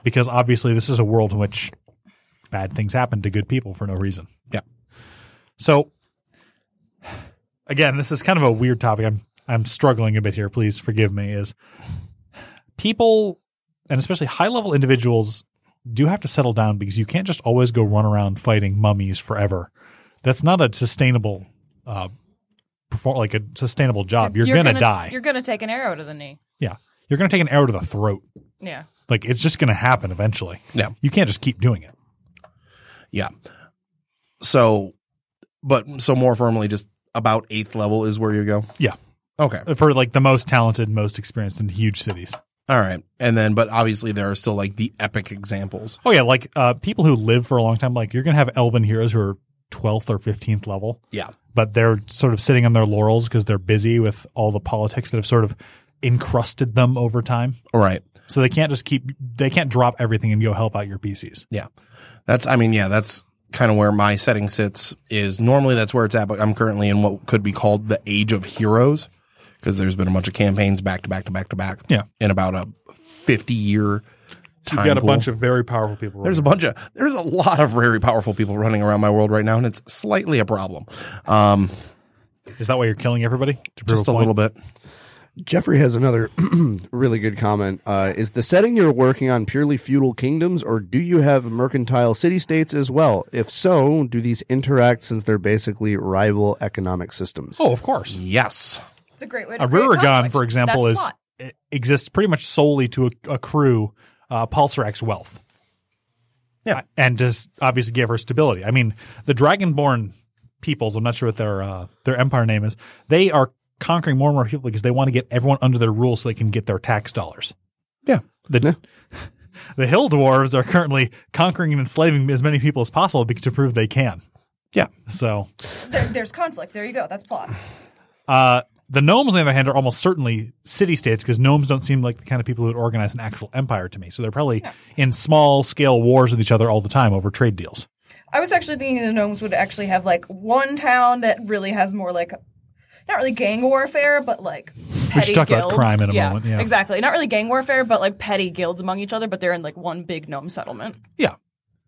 S5: because obviously this is a world in which bad things happen to good people for no reason.
S4: Yeah.
S5: So again, this is kind of a weird topic. I'm I'm struggling a bit here. Please forgive me. Is people and especially high level individuals do have to settle down because you can't just always go run around fighting mummies forever. That's not a sustainable uh perform like a sustainable job. You're, gonna, die.
S3: You're gonna take an arrow to the knee.
S5: yeah. You're gonna take an arrow to the throat.
S3: Yeah.
S5: Like it's just gonna happen eventually.
S4: Yeah.
S5: You can't just keep doing it.
S4: yeah. So, but so more formally, just about eighth level is where you go.
S5: Yeah.
S4: Okay.
S5: for like the most talented, most experienced in huge cities.
S4: All right. And then, but obviously there are still like the epic examples.
S5: Oh yeah, like uh, people who live for a long time. Like you're gonna have elven heroes who are twelfth or fifteenth level,
S4: Yeah.
S5: but they're sort of sitting on their laurels because they're busy with all the politics that have sort of encrusted them over time.
S4: All right.
S5: So they can't just keep they can't drop everything and go help out your PCs.
S4: Yeah. That's, I mean, yeah, that's kind of where my setting sits is normally that's where it's at, but I'm currently in what could be called the age of heroes because there's been a bunch of campaigns back to back to back to back.
S5: Yeah.
S4: In about a 50 year time. pool.
S5: of very powerful people.
S4: There's a bunch of there's a lot of very powerful people running around my world right now, and it's slightly a problem. Um,
S5: Is that why you're killing everybody? To prove
S4: just a little bit.
S2: Jeffrey has another really good comment. Uh, is the setting you're working on purely feudal kingdoms, or do you have mercantile city states as well? If so, do these interact since they're basically rival economic systems?
S5: Oh, of course.
S4: Yes.
S3: It's a great way to
S5: A
S3: create
S5: Rurigon,
S3: conflict.
S5: for example,
S3: That's
S5: is eh,
S3: plot.
S5: exists pretty much solely to acc- accrue uh, Pulsarax wealth.
S4: Yeah.
S5: Uh, and just obviously give her stability. I mean, the Dragonborn peoples, I'm not sure what their uh, their empire name is, they are conquering more and more people because they want to get everyone under their rule so they can get their tax dollars.
S4: Yeah.
S5: The, the hill dwarves are currently conquering and enslaving as many people as possible be- to prove they can.
S4: Yeah.
S5: So
S3: There- there's conflict. There you go. That's plot.
S5: uh, the gnomes, on the other hand, are almost certainly city states because gnomes don't seem like the kind of people who would organize an actual empire to me. So they're probably in small scale wars with each other all the time over trade deals.
S3: I was actually thinking the gnomes would actually have like one town that really has more like not really gang warfare, but like petty
S5: should talk about
S3: guilds.
S5: crime in a moment, yeah.
S3: exactly. Not really gang warfare, but like petty guilds among each other. But they're in like one big gnome settlement.
S5: Yeah.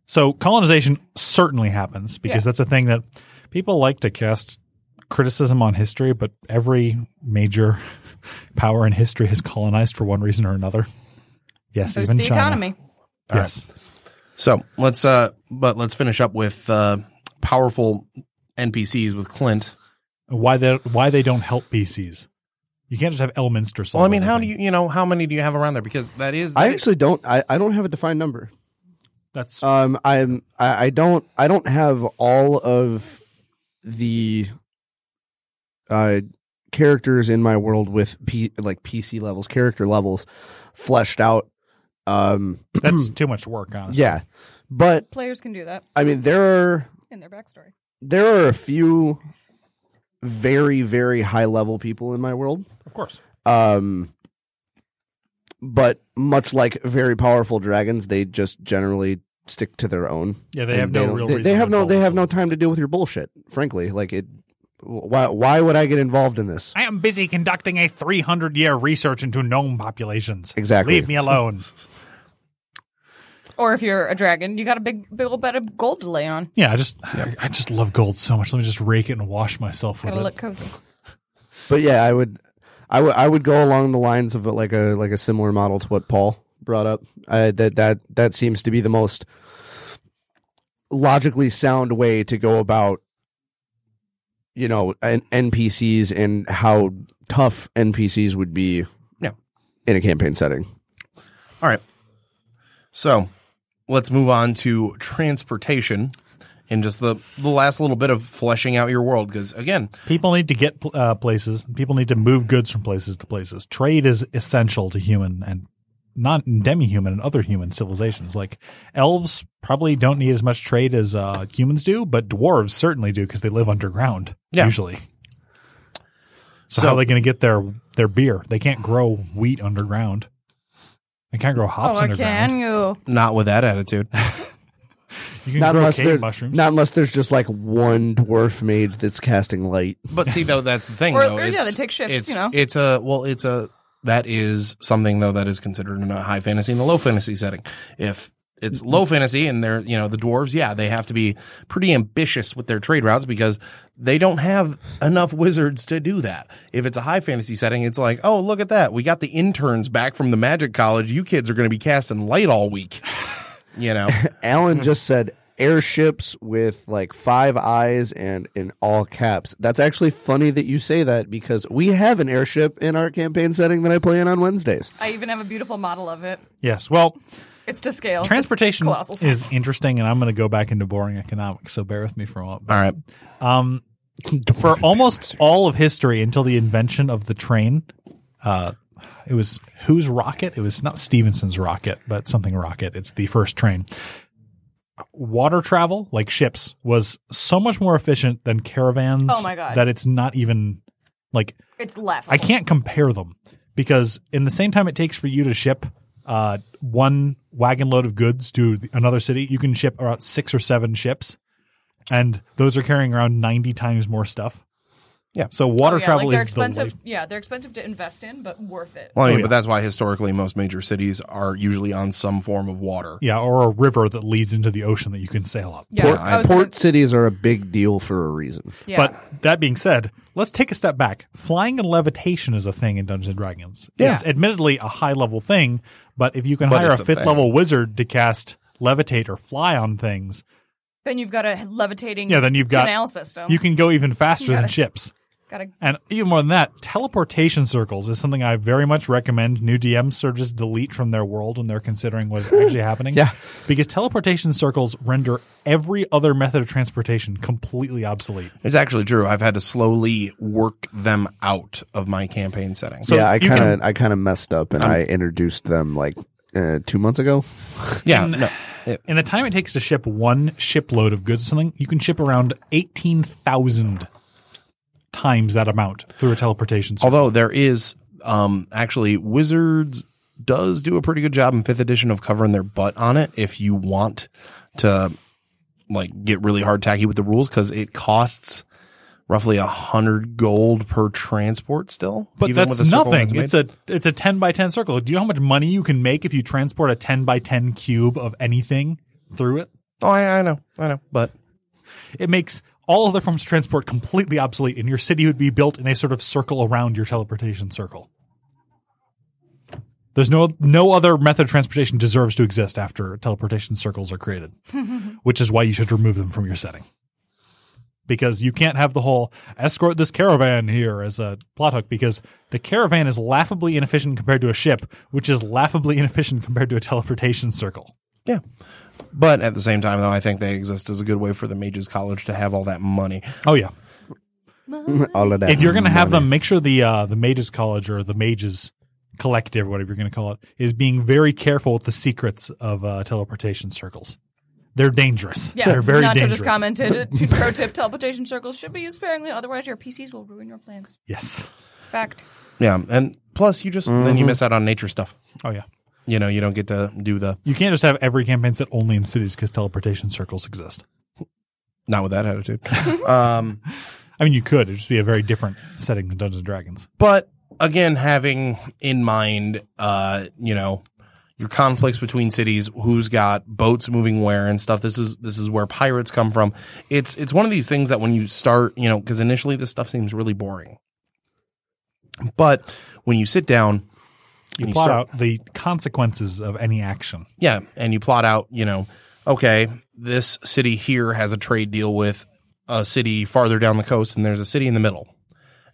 S5: So colonization certainly happens because
S3: Yeah.
S5: that's a thing that people like to cast criticism on history, but every major power in history has colonized for one reason or another. Yes,
S3: Boost
S5: even
S3: the
S5: China.
S3: economy.
S5: Yes.
S4: So let's uh, but let's finish up with uh, powerful NPCs with Clint.
S5: Why they why they don't help PCs? You can't just have Elminster.
S4: Well, I mean, how do you you know how many do you have around there? Because that is
S2: I
S4: that is-
S2: actually don't. I, I don't have a defined number.
S5: That's
S2: Um, I'm I, I don't I don't have all of the uh characters in my world with P, like PC levels, character levels fleshed out. Um,
S5: that's too much work, honestly.
S2: yeah, but
S3: Players can do that
S2: I mean there are
S3: in their backstory.
S2: there are a few very very high level people in my world.
S5: of course.
S2: Um, but much like very powerful dragons, they just generally stick to their own.
S5: Yeah, they
S2: And
S5: have no
S2: don't-
S5: real
S2: They,
S5: reason
S2: they have
S5: to
S2: no. They
S5: involve
S2: have no
S5: themselves.
S2: time to deal with your bullshit. Frankly, like it. Why? Why would I get involved in this?
S5: I am busy conducting a 300 year research into gnome populations.
S2: Exactly.
S5: Leave me alone.
S3: Or if you're a dragon, you got a big, big old bed of gold to lay on.
S5: yeah, I just I, I just love gold so much. Let me just rake it and wash myself with
S3: Gotta
S5: it.
S3: look cozy.
S2: But yeah, I would. I would. I would go along the lines of like a like a similar model to what Paul brought up. I, that that that seems to be the most logically sound way to go about you know N- npcs and how tough npcs would be
S4: Yeah.
S2: in a campaign setting
S4: All right. So let's move on to transportation and just the, the last little bit of fleshing out your world. Because again,
S5: People need to get pl- uh, places. People need to move goods from places to places. Trade is essential to human and not demi-human and other human civilizations. Like elves probably don't need as much trade as uh, humans do, but dwarves certainly do because they live underground
S4: Yeah.
S5: usually. So,
S4: So-
S5: how are they going to get their their beer? They can't grow wheat underground. They can't grow hops
S3: or
S5: underground.
S3: Oh, can you?
S4: not with that attitude.
S5: You can
S2: not
S5: grow
S2: unless, there-
S5: cave mushrooms.
S2: not unless there's just like one dwarf mage that's casting light
S4: But see, though, that's the thing.
S3: Or-
S4: though.
S3: or, yeah,
S4: It's-
S3: they take shifts,
S4: It's,
S3: you know.
S4: it's a well, it's a that is something though that is considered in a high fantasy and a low fantasy setting. If it's low fantasy and they're you know the dwarves, yeah, they have to be pretty ambitious with their trade routes because they don't have enough wizards to do that. If it's a high fantasy setting, it's like, oh look at that, we got the interns back from the magic college. You kids are going to be casting light all week. You know,
S2: alan just said airships with like five eyes and in all caps that's actually funny that you say that because we have an airship in our campaign setting that i play in on wednesdays
S3: I even have a beautiful model of it.
S5: yes. Well,
S3: It's to scale. It's
S5: transportation
S3: colossal size.
S5: is interesting, and I'm going to go back into boring economics. So bear with me for a moment.
S4: all right,
S5: for almost all of history until the invention of the train. Uh, it was whose rocket? It was not Stevenson's rocket, but something rocket. It's the first train. Water travel, like ships, was so much more efficient than caravans.
S3: Oh my God.
S5: That it's not even like
S3: It's left.
S5: I can't compare them because in the same time it takes for you to ship uh, one wagon load of goods to another city, you can ship about six or seven ships, and those are carrying around ninety times more stuff.
S4: Yeah.
S5: So water
S3: Oh, yeah,
S5: travel
S3: like they're
S5: is the
S3: expensive.
S5: life-
S3: yeah, they're expensive to invest in, but worth it.
S4: well, I mean,
S5: yeah.
S4: but that's why historically most major cities are usually on some form of water.
S5: yeah, or a river that leads into the ocean that you can sail up.
S3: Yeah,
S2: Port,
S3: I was
S2: port
S3: gonna-
S2: cities are a big deal for a reason.
S3: yeah.
S5: But that being said, let's take a step back. Flying and levitation is a thing in Dungeons and Dragons.
S4: Yeah.
S5: It's admittedly a high level thing, but if you can
S4: But
S5: hire a
S4: it's a
S5: fifth
S4: thing.
S5: level wizard to cast levitate or fly on things,
S3: then you've got a levitating
S5: Yeah, then you've got-
S3: canal system.
S5: you can go even faster
S3: Got
S5: than
S3: it.
S5: ships.
S3: got a
S5: And even more than that, teleportation circles is something I very much recommend new DMs sort of just delete from their world when they're considering what is actually happening.
S2: Yeah.
S5: Because teleportation circles render every other method of transportation completely obsolete.
S4: It's actually true. I've had to slowly work them out of my campaign setting. So
S2: yeah, I
S5: you
S2: kind of I kind of messed up, and I introduced them like uh, two months ago.
S4: yeah, no, it-
S5: In the time it takes to ship one shipload of goods or something, you can ship around 18,000 times that amount through a teleportation circle.
S4: although there is um, actually Wizards does do a pretty good job in fifth edition of covering their butt on it. If you want to like get really hard tacky with the rules, because it costs roughly a hundred gold per transport still.
S5: But
S4: even
S5: that's
S4: with a circle
S5: nothing.
S4: made.
S5: It's a it's a ten by ten circle. Do you know how much money you can make if you transport a ten by ten cube of anything through it?
S4: oh, I, I know, I know, but
S5: It makes all other forms of transport completely obsolete, and your city would be built in a sort of circle around your teleportation circle. There's no no other method of transportation deserves to exist after teleportation circles are created, which is why you should remove them from your setting. Because you can't have the whole escort this caravan here as a plot hook, because the caravan is laughably inefficient compared to a ship, which is laughably inefficient compared to a teleportation circle.
S4: yeah. But at the same time, though, I think they exist as a good way for the Mages College to have all that money.
S5: Oh yeah.
S2: All of that.
S5: if you're going to have
S2: money.
S5: them, make sure the uh, the mages college or the mages collective, whatever you're going to call it, is being very careful with the secrets of uh, teleportation circles. They're dangerous.
S3: Yeah,
S5: They're very
S3: Nacho
S5: dangerous.
S3: just commented. Pro tip: teleportation circles should be used sparingly, otherwise your PCs will ruin your plans.
S5: Yes.
S3: Fact.
S4: Yeah, and plus you just then you miss out on nature stuff.
S5: Oh yeah.
S4: You know, you don't get to do the
S5: You can't just have every campaign set only in cities because teleportation circles exist.
S4: not with that attitude. um,
S5: I mean, you could. It'd just be a very different setting than Dungeons and Dragons.
S4: but again, having in mind, uh, you know, your conflicts between cities, who's got boats moving where and stuff. This is this is where pirates come from. It's it's one of these things that when you start, you know, because initially this stuff seems really boring, but when you sit down,
S5: You
S4: and
S5: plot
S4: start-
S5: out the consequences of any action.
S4: Yeah, and you plot out, you know, okay, this city here has a trade deal with a city farther down the coast, and there's a city in the middle.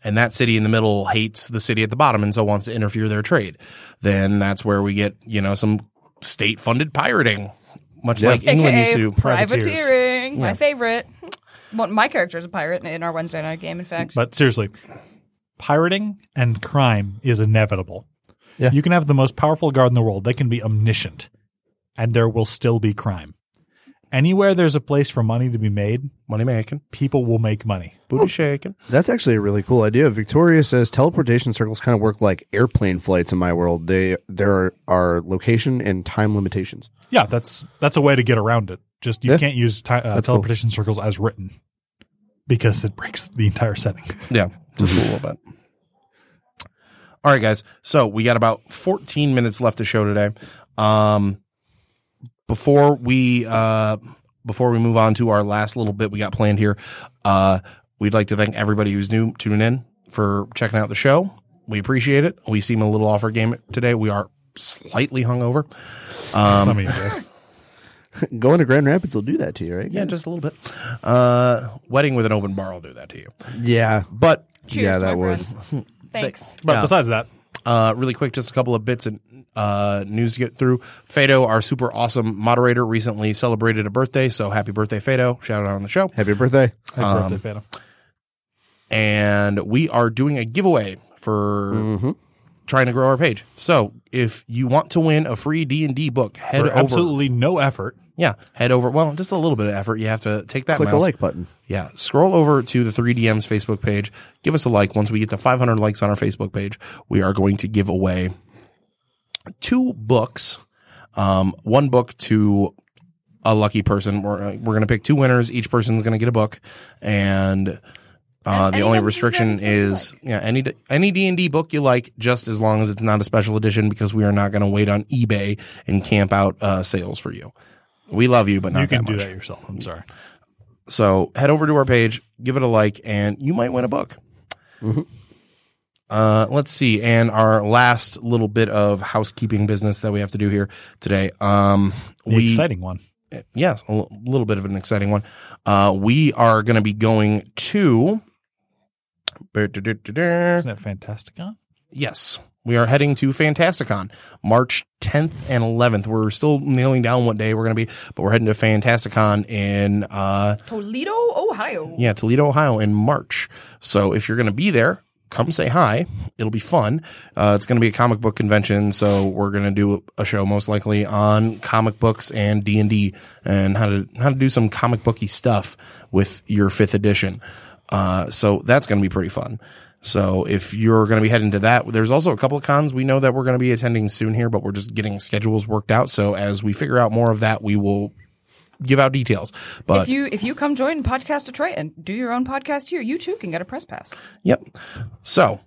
S4: And that city in the middle hates the city at the bottom and so wants to interfere their trade. Then that's where we get, you know, some state funded pirating, much like England used
S3: AKA
S4: to.
S3: privateering, my favorite. Well, my character is a pirate in our Wednesday night game. In fact,
S5: But seriously, pirating and crime is inevitable. You can have the most powerful guard in the world, they can be omniscient, and there will still be crime. Anywhere there's a place for money to be made,
S4: Money making,
S5: people will make money.
S4: booty shaking.
S2: That's actually a really cool idea. Victoria says teleportation circles kind of work like airplane flights in my world. They there are location and time limitations.
S5: Yeah, that's that's a way to get around it. Just you
S2: Yeah.
S5: can't use ti uh,
S2: That's cool.
S5: teleportation circles as written because it breaks the entire setting.
S4: Yeah, just a little bit. All right, guys. So we got about 14 minutes left to show today. Um, before we uh, before we move on to our last little bit we got planned here, uh, we'd like to thank everybody who's new tuning in for checking out the show. We appreciate it. We seem a little off our game today. We are slightly hungover. Um,
S5: Some of you guys.
S2: Going to Grand Rapids will do that to you, right?
S4: Yeah, just a little bit. Uh, wedding with an open bar will do that to you.
S2: yeah.
S4: But
S3: cheers,
S2: yeah, that
S3: my
S2: would.
S3: friends. Thanks.
S5: But besides that,
S4: Uh, really quick, just a couple of bits and uh, news to get through. Fado, our super awesome moderator, recently celebrated a birthday, so happy birthday, Fado! Shout out on the show.
S2: Happy birthday.
S5: happy
S4: Um,
S5: birthday, Phantom.
S4: And we are doing a giveaway for
S2: Mm-hmm.
S4: trying to grow our page. So if you want to win a free D and D book, head
S5: For
S4: over.
S5: absolutely no effort,
S4: Yeah, head over. Well, just a little bit of effort. You have to take that.
S2: Click the
S4: mouse.
S2: like button.
S4: Yeah, scroll over to the 3DM's Facebook page. Give us a like. Once we get to 500 likes on our Facebook page, we are going to give away two books. Um, one book to a lucky person. We're, uh, we're going to pick two winners. Each person's going to get a book. And uh, the
S3: any
S4: only
S3: of these
S4: restriction
S3: ones that you
S4: is yeah any d- any D and D book you like, just as long as it's not a special edition, because we are not going to wait on eBay and camp out uh, sales for you. We love you, but not
S5: you can
S4: that
S5: do
S4: much.
S5: that yourself. I'm sorry.
S4: So head over to our page, give it a like, and you might win a book. Uh, let's see. And our last little bit of housekeeping business that we have to do here today. Um,
S5: The
S4: we,
S5: exciting one.
S4: yes, a l- little bit of an exciting one. Uh, we are going to be going to.
S5: Isn't that fantastic? huh?
S4: Yes. We are heading to Fantasticon March 10th and 11th. We're still nailing down what day we're going to be, but we're heading to Fantasticon in uh,
S3: Toledo, Ohio.
S4: Yeah, Toledo, Ohio in March. So if you're going to be there, come say hi. It'll be fun. Uh, it's going to be a comic book convention, so we're going to do a show most likely on comic books and D and D and how to how to do some comic booky stuff with your fifth edition. Uh, so that's going to be pretty fun. So if you're going to be heading to that, there's also a couple of cons we know that we're going to be attending soon here, but we're just getting schedules worked out. So as we figure out more of that, we will give out details. But
S3: If you if you come join Podcast Detroit and do your own podcast here, you too can get a press pass.
S4: yep. So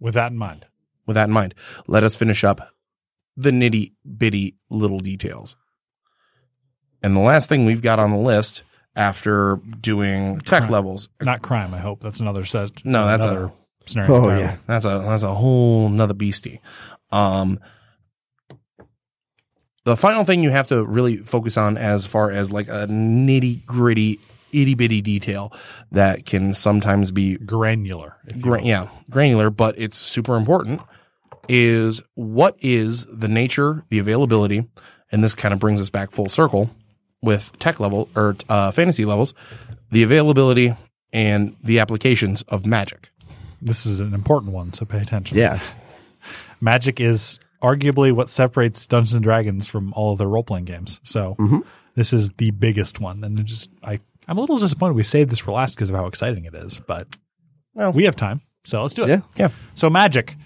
S5: With that in mind,
S4: with that in mind, let us finish up the nitty bitty little details. And the last thing we've got on the list after doing tech levels,
S5: not crime. I hope that's another set.
S4: No, that's a-
S5: another scenario.
S2: Oh,
S5: entirely.
S2: yeah.
S4: that's a that's a whole nother beastie. Um, the final thing you have to really focus on as far as like a nitty gritty itty bitty detail that can sometimes be
S5: granular. if you
S4: gra-
S5: will.
S4: yeah, granular, but it's super important. Is what is the nature, the availability, and this kind of brings us back full circle with tech level or uh, fantasy levels, the availability and the applications of magic.
S5: This is an important one, so pay attention.
S2: Yeah.
S5: Magic is arguably what separates Dungeons and Dragons from all other role playing games. So
S2: Mm-hmm.
S5: this is the biggest one, and it just I I'm a little disappointed we saved this for last because of how exciting it is, but we have time, so let's do it.
S2: Yeah.
S4: Yeah.
S5: So magic,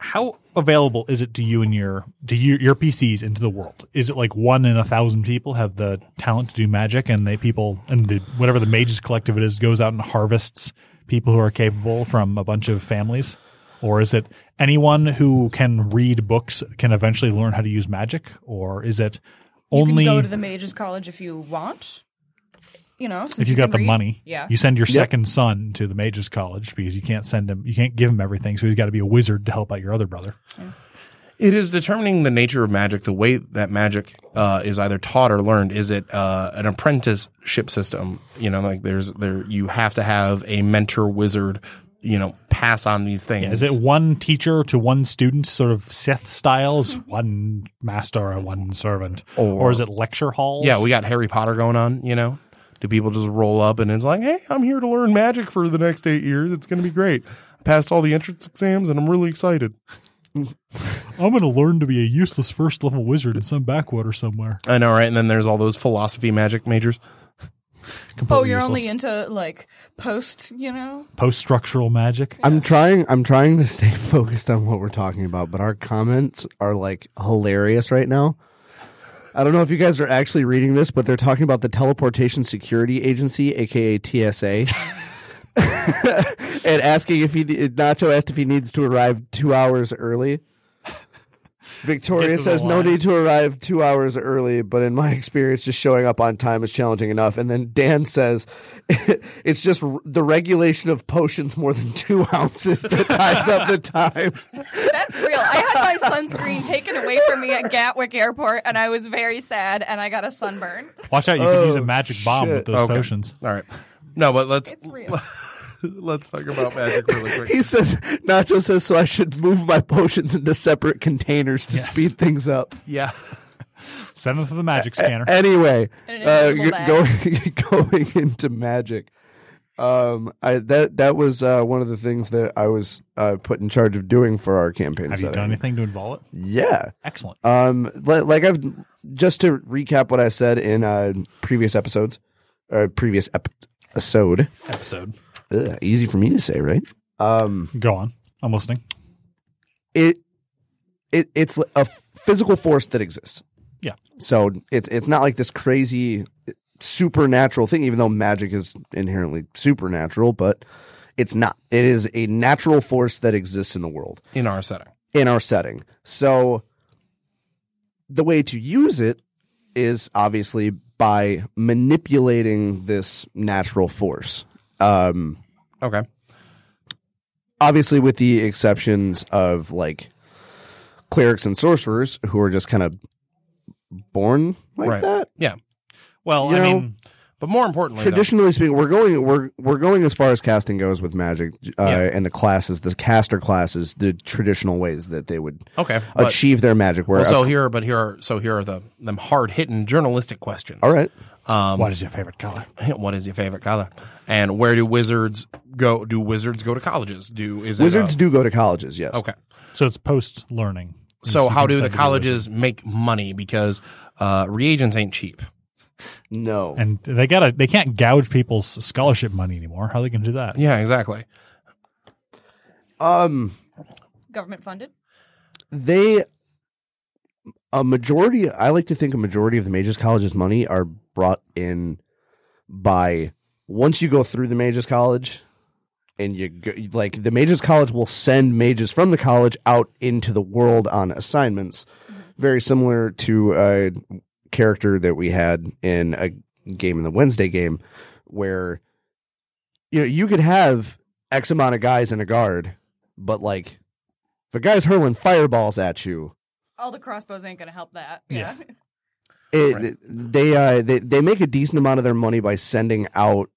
S5: how available is it to you and your to you, your PCs into the world? Is it like one in a thousand people have the talent to do magic, and they people and the whatever the mages collective it is goes out and harvests people who are capable from a bunch of families, or is it anyone who can read books can eventually learn how to use magic, or is it only
S3: you can go to the mages college if you want. You know, since
S5: if you
S3: can
S5: got the
S3: read.
S5: money,
S3: yeah,
S5: you send your second son to the mages college because you can't send him, you can't give him everything, so he's got to be a wizard to help out your other brother.
S4: It is determining the nature of magic, the way that magic uh, is either taught or learned. Is it uh, an apprenticeship system? You know, like there's there you have to have a mentor wizard. You know, pass on these things.
S5: Is it one teacher to one student, sort of Sith styles, one master and one servant, or, is it lecture halls?
S4: Yeah, we got Harry Potter going on. You know, do people just roll up and it's like, hey, I'm here to learn magic for the next eight years. It's going to be great. I passed all the entrance exams and I'm really excited.
S5: I'm going to learn to be a useless first level wizard in some backwater somewhere.
S4: I know, right? And then there's all those philosophy magic majors.
S3: Oh,
S5: Completely
S3: you're
S5: useless.
S3: only into like post, you know?
S5: post structural magic.
S2: I'm trying. I'm trying to stay focused on what we're talking about, but our comments are like hilarious right now. I don't know if you guys are actually reading this, but they're talking about the Teleportation Security Agency, aka TSA, and asking if he Nacho asked if he needs to arrive two hours early.
S5: Get
S2: Victoria
S5: to the
S2: says no
S5: lines.
S2: need to arrive two hours early, but in my experience, just showing up on time is challenging enough. And then Dan says it's just r- the regulation of potions more than two ounces that ties up the time.
S3: That's real. I had my sunscreen taken away from me at Gatwick Airport and I was very sad and I got a sunburn.
S5: Watch out, you could use a magic bomb
S2: shit.
S5: with those
S4: Oh, Okay.
S5: potions.
S4: All right. No, but let's
S3: It's real.
S4: let's talk about magic really quick.
S2: He says Nacho says so I should move my potions into separate containers to
S5: Yes.
S2: speed things up.
S4: Yeah.
S5: Send them to the magic
S4: E-,
S5: scanner.
S2: Anyway,
S3: In an
S2: uh,
S3: invisible
S2: g- going going into magic. Um, I that that was uh, one of the things that I was uh, put in charge of doing for our campaign.
S5: Have you
S2: setting.
S5: done anything to involve it?
S2: Yeah.
S5: Excellent.
S2: Um, li- like I've just to recap what I said in uh, previous episodes, or previous ep- episode.
S5: Episode.
S2: Ugh, easy for me to say, right? Um,
S5: Go on. I'm listening.
S2: it it it's a physical force that exists.
S5: Yeah.
S2: So it's it's not like this crazy supernatural thing, even though magic is inherently supernatural, but it's not. It is a natural force that exists in the world.
S4: In our setting.
S2: in our setting. So the way to use it is obviously by manipulating this natural force. Um,
S4: Okay.
S2: obviously, with the exceptions of like clerics and sorcerers who are just kind of born like
S4: Right.
S2: that.
S4: Yeah.
S5: Well,
S2: You
S5: I
S2: know,
S5: mean,
S4: But more importantly, though,
S2: Traditionally speaking, we're going we're we're going as far as casting goes with magic uh,
S4: Yeah.
S2: and the classes, the caster classes, the traditional ways that they would
S4: okay. Oh, But,
S2: achieve their magic. Where
S4: well,
S2: a-
S4: so here, but here are so here are the them hard hitting journalistic questions.
S2: all right,
S4: um,
S5: what is your favorite color?
S4: What is your favorite color? And where do wizards go? Do wizards go to colleges? Do is it a-
S2: wizards do go to colleges. Yes.
S4: okay.
S5: So it's post learning.
S4: So how do the colleges make money? Because uh, reagents ain't cheap.
S2: No.
S5: and they gotta they can't gouge people's scholarship money anymore. How are they gonna do that?
S4: Yeah, exactly.
S2: um
S3: Government funded.
S2: they a majority I like to think a majority of the Mages College's money are brought in by once you go through the Mages College and you go, like the Mages College will send mages from the college out into the world on assignments very similar to a character that we had in a game in the Wednesday game where you know you could have x amount of guys in a guard but like if a guy's hurling fireballs at you
S3: All the crossbows ain't going to help that.
S5: Yeah.
S3: Yeah.
S2: it, they uh they, they make a decent amount of their money by sending out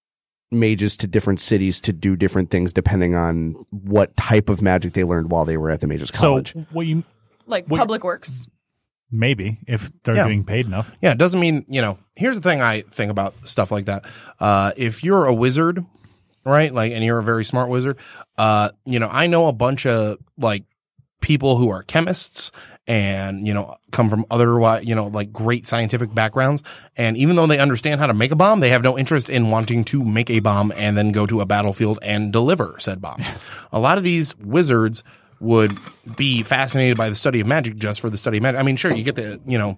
S2: mages to different cities to do different things depending on what type of magic they learned while they were at the mages
S5: So
S2: college
S5: what you
S3: Like
S5: Wait.
S3: public works.
S5: Maybe if they're
S4: Yeah.
S5: getting paid enough.
S4: Yeah, it doesn't mean, you know, here's the thing I think about stuff like that. Uh, if you're a wizard, right? Like, and you're a very smart wizard, uh, you know, I know a bunch of like people who are chemists and, you know, come from other, you know, like great scientific backgrounds. And even though they understand how to make a bomb, they have no interest in wanting to make a bomb and then go to a battlefield and deliver said bomb. a lot of these wizards, would be fascinated by the study of magic just for the study of magic. I mean, sure, you get the, you know,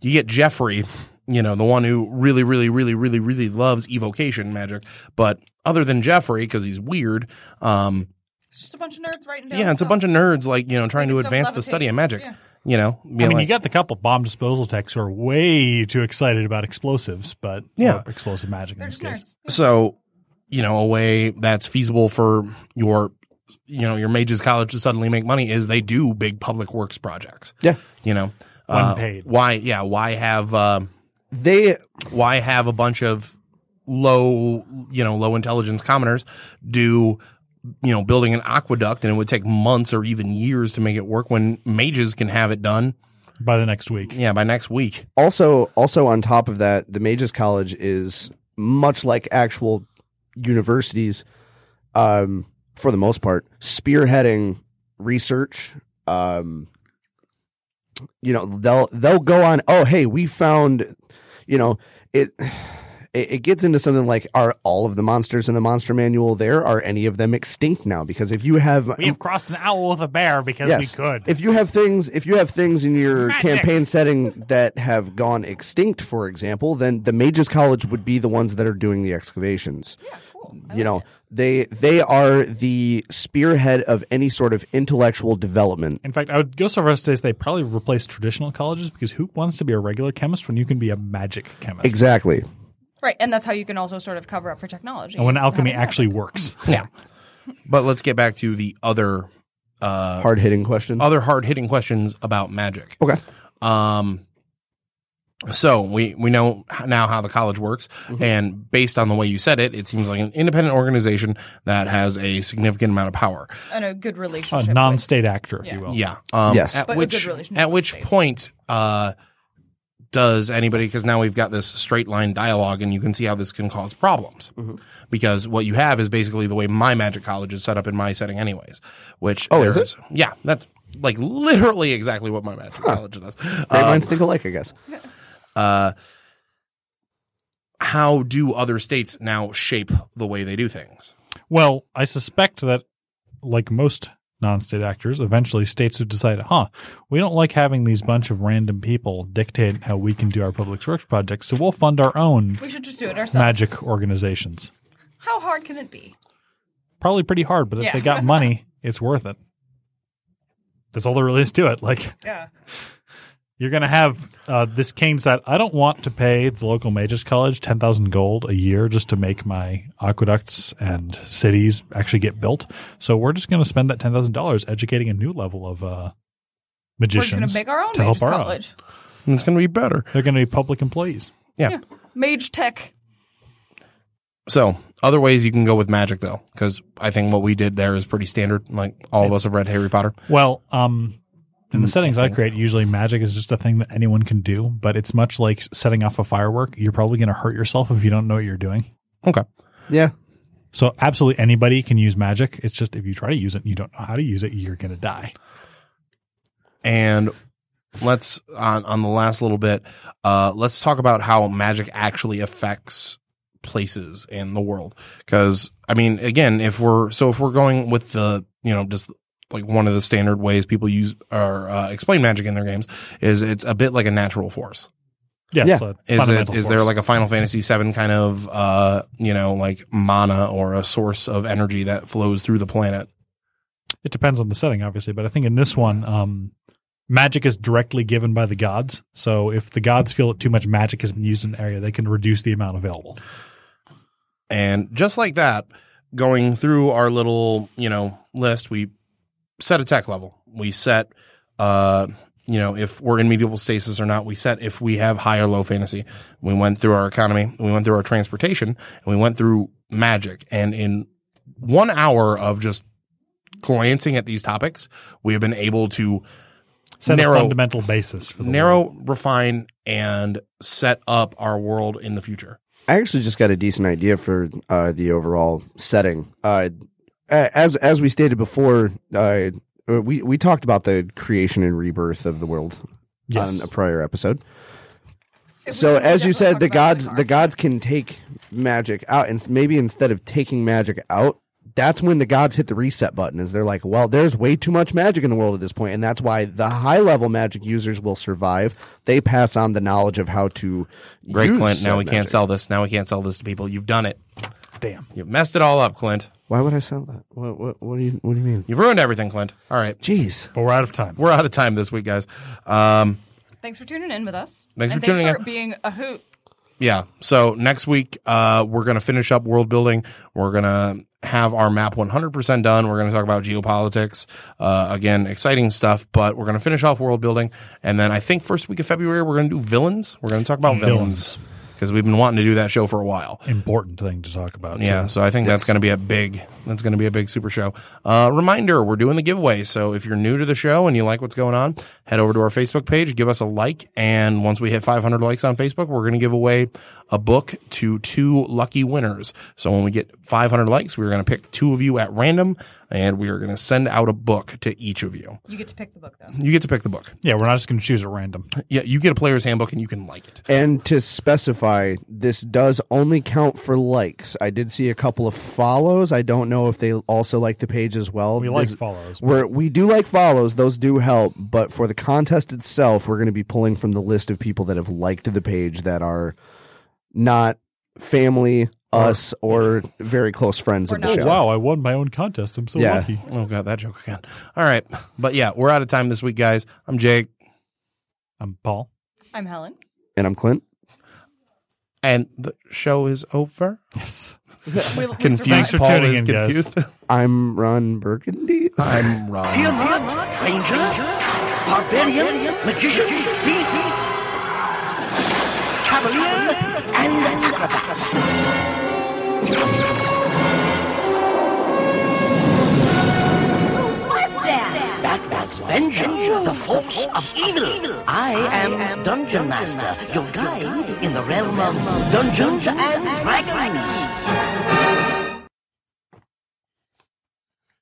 S4: you get Jeffrey, you know, the one who really, really, really, really, really loves evocation magic. But other than Jeffrey, because he's weird, um,
S3: It's just a bunch of nerds writing down.
S4: yeah, it's a bunch of nerds like you know trying to
S3: Making stuff
S4: advance the study of
S3: levitate.
S4: magic.
S3: Yeah.
S4: You know,
S5: I
S4: being
S5: mean,
S4: like-
S5: you got the couple bomb disposal techs who are way too excited about explosives, but
S4: Yeah.
S5: or explosive magic in
S3: They're
S5: this
S3: just
S5: case.
S3: nerds.
S4: so you know a way that's feasible for your you know your mages college to suddenly make money is they do big public works projects.
S2: Yeah.
S4: you know,
S5: When
S4: Uh,
S5: paid.
S4: Why? Yeah, why have? Um,
S2: They
S4: why have a bunch of low you know low intelligence commoners do you know building an aqueduct and it would take months or even years to make it work when mages can have it done
S5: By the next week,
S4: yeah by next week
S2: also also on top of that, the Mages College is much like actual universities, um, for the most part, spearheading research. Um, you know, they'll they'll go on. Oh, hey, we found. You know, it. It it gets into something like: Are all of the monsters in the monster manual there? Are any of them extinct now? Because if you have,
S5: we have crossed an owl with a bear because we could.
S2: if you have things, if you have things in your
S5: Magic.
S2: campaign setting that have gone extinct, for example, then the Mages College would be the ones that are doing the excavations.
S3: Yeah, cool. I
S2: you
S3: like
S2: know, they they are the spearhead of any sort of intellectual development.
S5: in fact, I would go so far as to say they probably replace traditional colleges because who wants to be a regular chemist when you can be a magic chemist?
S2: Exactly.
S3: it. right, and that's how you can also sort of cover up for technology.
S5: And when
S3: is having
S5: alchemy
S3: that.
S5: actually works.
S4: yeah but let's get back to the other uh
S2: Hard hitting question.
S4: other hard-hitting questions about magic
S2: Okay.
S4: Um, so we we know h- now how the college works,
S2: Mm-hmm.
S4: and based on the way you said it, it seems like an independent organization that has a significant amount of power.
S3: and a good
S5: A
S3: relationship, with-
S5: non-state actor, if you will.
S4: Yeah.
S2: Oh.
S4: Um,
S2: Yes.
S4: At
S3: But a
S4: which
S3: good relationship
S4: at
S3: with
S4: which
S3: the states.
S4: point uh, does anybody? Because now we've got this straight line dialogue, and you can see how this can cause problems.
S2: Mm-hmm.
S4: Because what you have is basically the way my magic college is set up in my setting, anyways. Which oh,
S2: is it?
S4: Yeah, that's like literally exactly what my magic college does.
S2: Great
S4: Um,
S2: minds think alike, I guess.
S4: uh, how do other states now shape the way they do things?
S5: Well, I suspect that, like most non-state actors, eventually states would decide, huh, we don't like having these bunch of random people dictate how we can do our public works projects, so we'll fund our own
S3: we should just do it ourselves.
S5: magic organizations.
S3: How hard can it be?
S5: Probably pretty hard, but if
S3: Yeah.
S5: they got money, it's worth it. That's all there really is to it. Like
S3: Yeah.
S5: you're going to have uh, this cane that I don't want to pay the local mages college ten thousand gold a year just to make my aqueducts and cities actually get built. So we're just going to spend that ten thousand dollars educating a new level of uh,
S3: We're just
S5: magicians
S3: going to make our own
S5: to help
S3: Mage's
S5: our own.
S3: college.
S4: And it's going to be better.
S5: They're going to be public employees.
S4: Yeah.
S3: Mage Tech.
S4: So other ways you can go with magic though, because I think what we did there is pretty standard. Like all of us have read Harry Potter.
S5: Well, um, in the settings I create, usually magic is just a thing that anyone can do, but it's much like setting off a firework. You're probably going to hurt yourself if you don't know what you're doing.
S4: Okay.
S2: Yeah.
S5: So absolutely anybody can use magic. It's just if you try to use it and you don't know how to use it, you're going to die.
S4: And let's on on the last little bit. Uh, let's talk about how magic actually affects places in the world. Because I mean, again, if we're so if we're going with the you know just like one of the standard ways people use or uh, explain magic in their games is it's a bit like a natural force.
S5: Yes,
S2: Yeah.
S4: Is
S5: it's a
S4: it
S5: fundamental
S4: is there
S5: force.
S4: like a Final Fantasy VII kind of uh you know like mana or a source of energy that flows through the planet?
S5: it depends on the setting, obviously, but I think in this one, um, magic is directly given by the gods. So if the gods feel that too much magic has been used in an area, they can reduce the amount available.
S4: And just like that, going through our little you know list, we set a tech level. We set uh you know if we're in medieval stasis or not. We set if we have high or low fantasy. We went through our economy. We went through our transportation, and we went through magic. And in one hour of just glancing at these topics, we have been able to
S5: set
S4: narrow-
S5: a fundamental basis for the world.
S4: narrow, refine, and set up our world in the future.
S2: I actually just got a decent idea for uh, the overall setting. Uh, a- as as we stated before, uh, we we talked about the creation and rebirth of the world
S5: Yes.
S2: on a prior episode. So as you said, the gods the gods can take magic out, and s- maybe instead of taking magic out, that's when the gods hit the reset button. Is they're like, well, there's way too much magic in the world at this point, and that's why the high level magic users will survive. They pass on the knowledge of how to.
S4: Great,
S2: use
S4: Clint. Now
S2: said
S4: we can't
S2: magic.
S4: sell this. Now we can't sell this to people. You've done it.
S5: Damn.
S4: You've messed it all up, Clint.
S2: Why would I sell that? What what what do you what do you mean?
S4: You've ruined everything, Clint. All right.
S2: Jeez.
S5: But we're out of time.
S4: We're out of time this week, guys. Um,
S3: Thanks for tuning in with us.
S4: Thanks
S3: and
S4: for
S3: thanks
S4: tuning
S3: for
S4: in.
S3: being a hoot.
S4: yeah. So next week, uh, we're going to finish up world building. We're going to have our map 100% done. We're going to talk about geopolitics. Uh, again, exciting stuff, but we're going to finish off world building. And then I think first week of February, we're going to do villains. We're going to talk about villains
S5: Villains.
S4: because we've been wanting to do that show for a while.
S5: Important thing to talk about.
S4: Yeah,
S5: too.
S4: so I think that's going to be a big that's going to be a big super show. Uh, reminder: we're doing the giveaway. So if you're new to the show and you like what's going on, head over to our Facebook page, give us a like, and once we hit 500 likes on Facebook, we're going to give away a book to two lucky winners. So when we get 500 likes, we're going to pick two of you at random, and we are going to send out a book to each of you.
S3: You get to pick the book, though.
S4: You get to pick the book.
S5: Yeah, we're not just going to choose at random.
S4: Yeah, you get a player's handbook, and you can like it.
S2: And to specify, this does only count for likes. I did see a couple of follows. I don't know if they also like the page as well.
S5: We like
S2: This-
S5: follows.
S2: We're, we do like follows. Those do help. But for the contest itself, we're going to be pulling from the list of people that have liked the page that are not family, us, or very close friends
S3: Or
S2: of the
S3: not.
S2: show.
S5: Wow, I won my own contest. I'm so
S2: Yeah.
S5: lucky.
S4: Oh god, that joke again. All right, but yeah, we're out of time this week, guys. I'm Jake.
S5: I'm Paul.
S3: I'm Helen.
S2: And I'm Clint.
S4: And the show is over.
S5: Yes.
S3: We, we
S4: Confused.
S3: survived.
S5: Thanks for tuning in, guys.
S2: I'm Ron Burgundy.
S4: I'm wrong.
S6: Fearlord, Ranger, Barbarian, Magician, Thief, Cavalier, and Acrobat.
S7: Who was that?
S6: That was Vengeance, the force of evil. I am Dungeon Master, your guide in the realm of Dungeons and Dragons.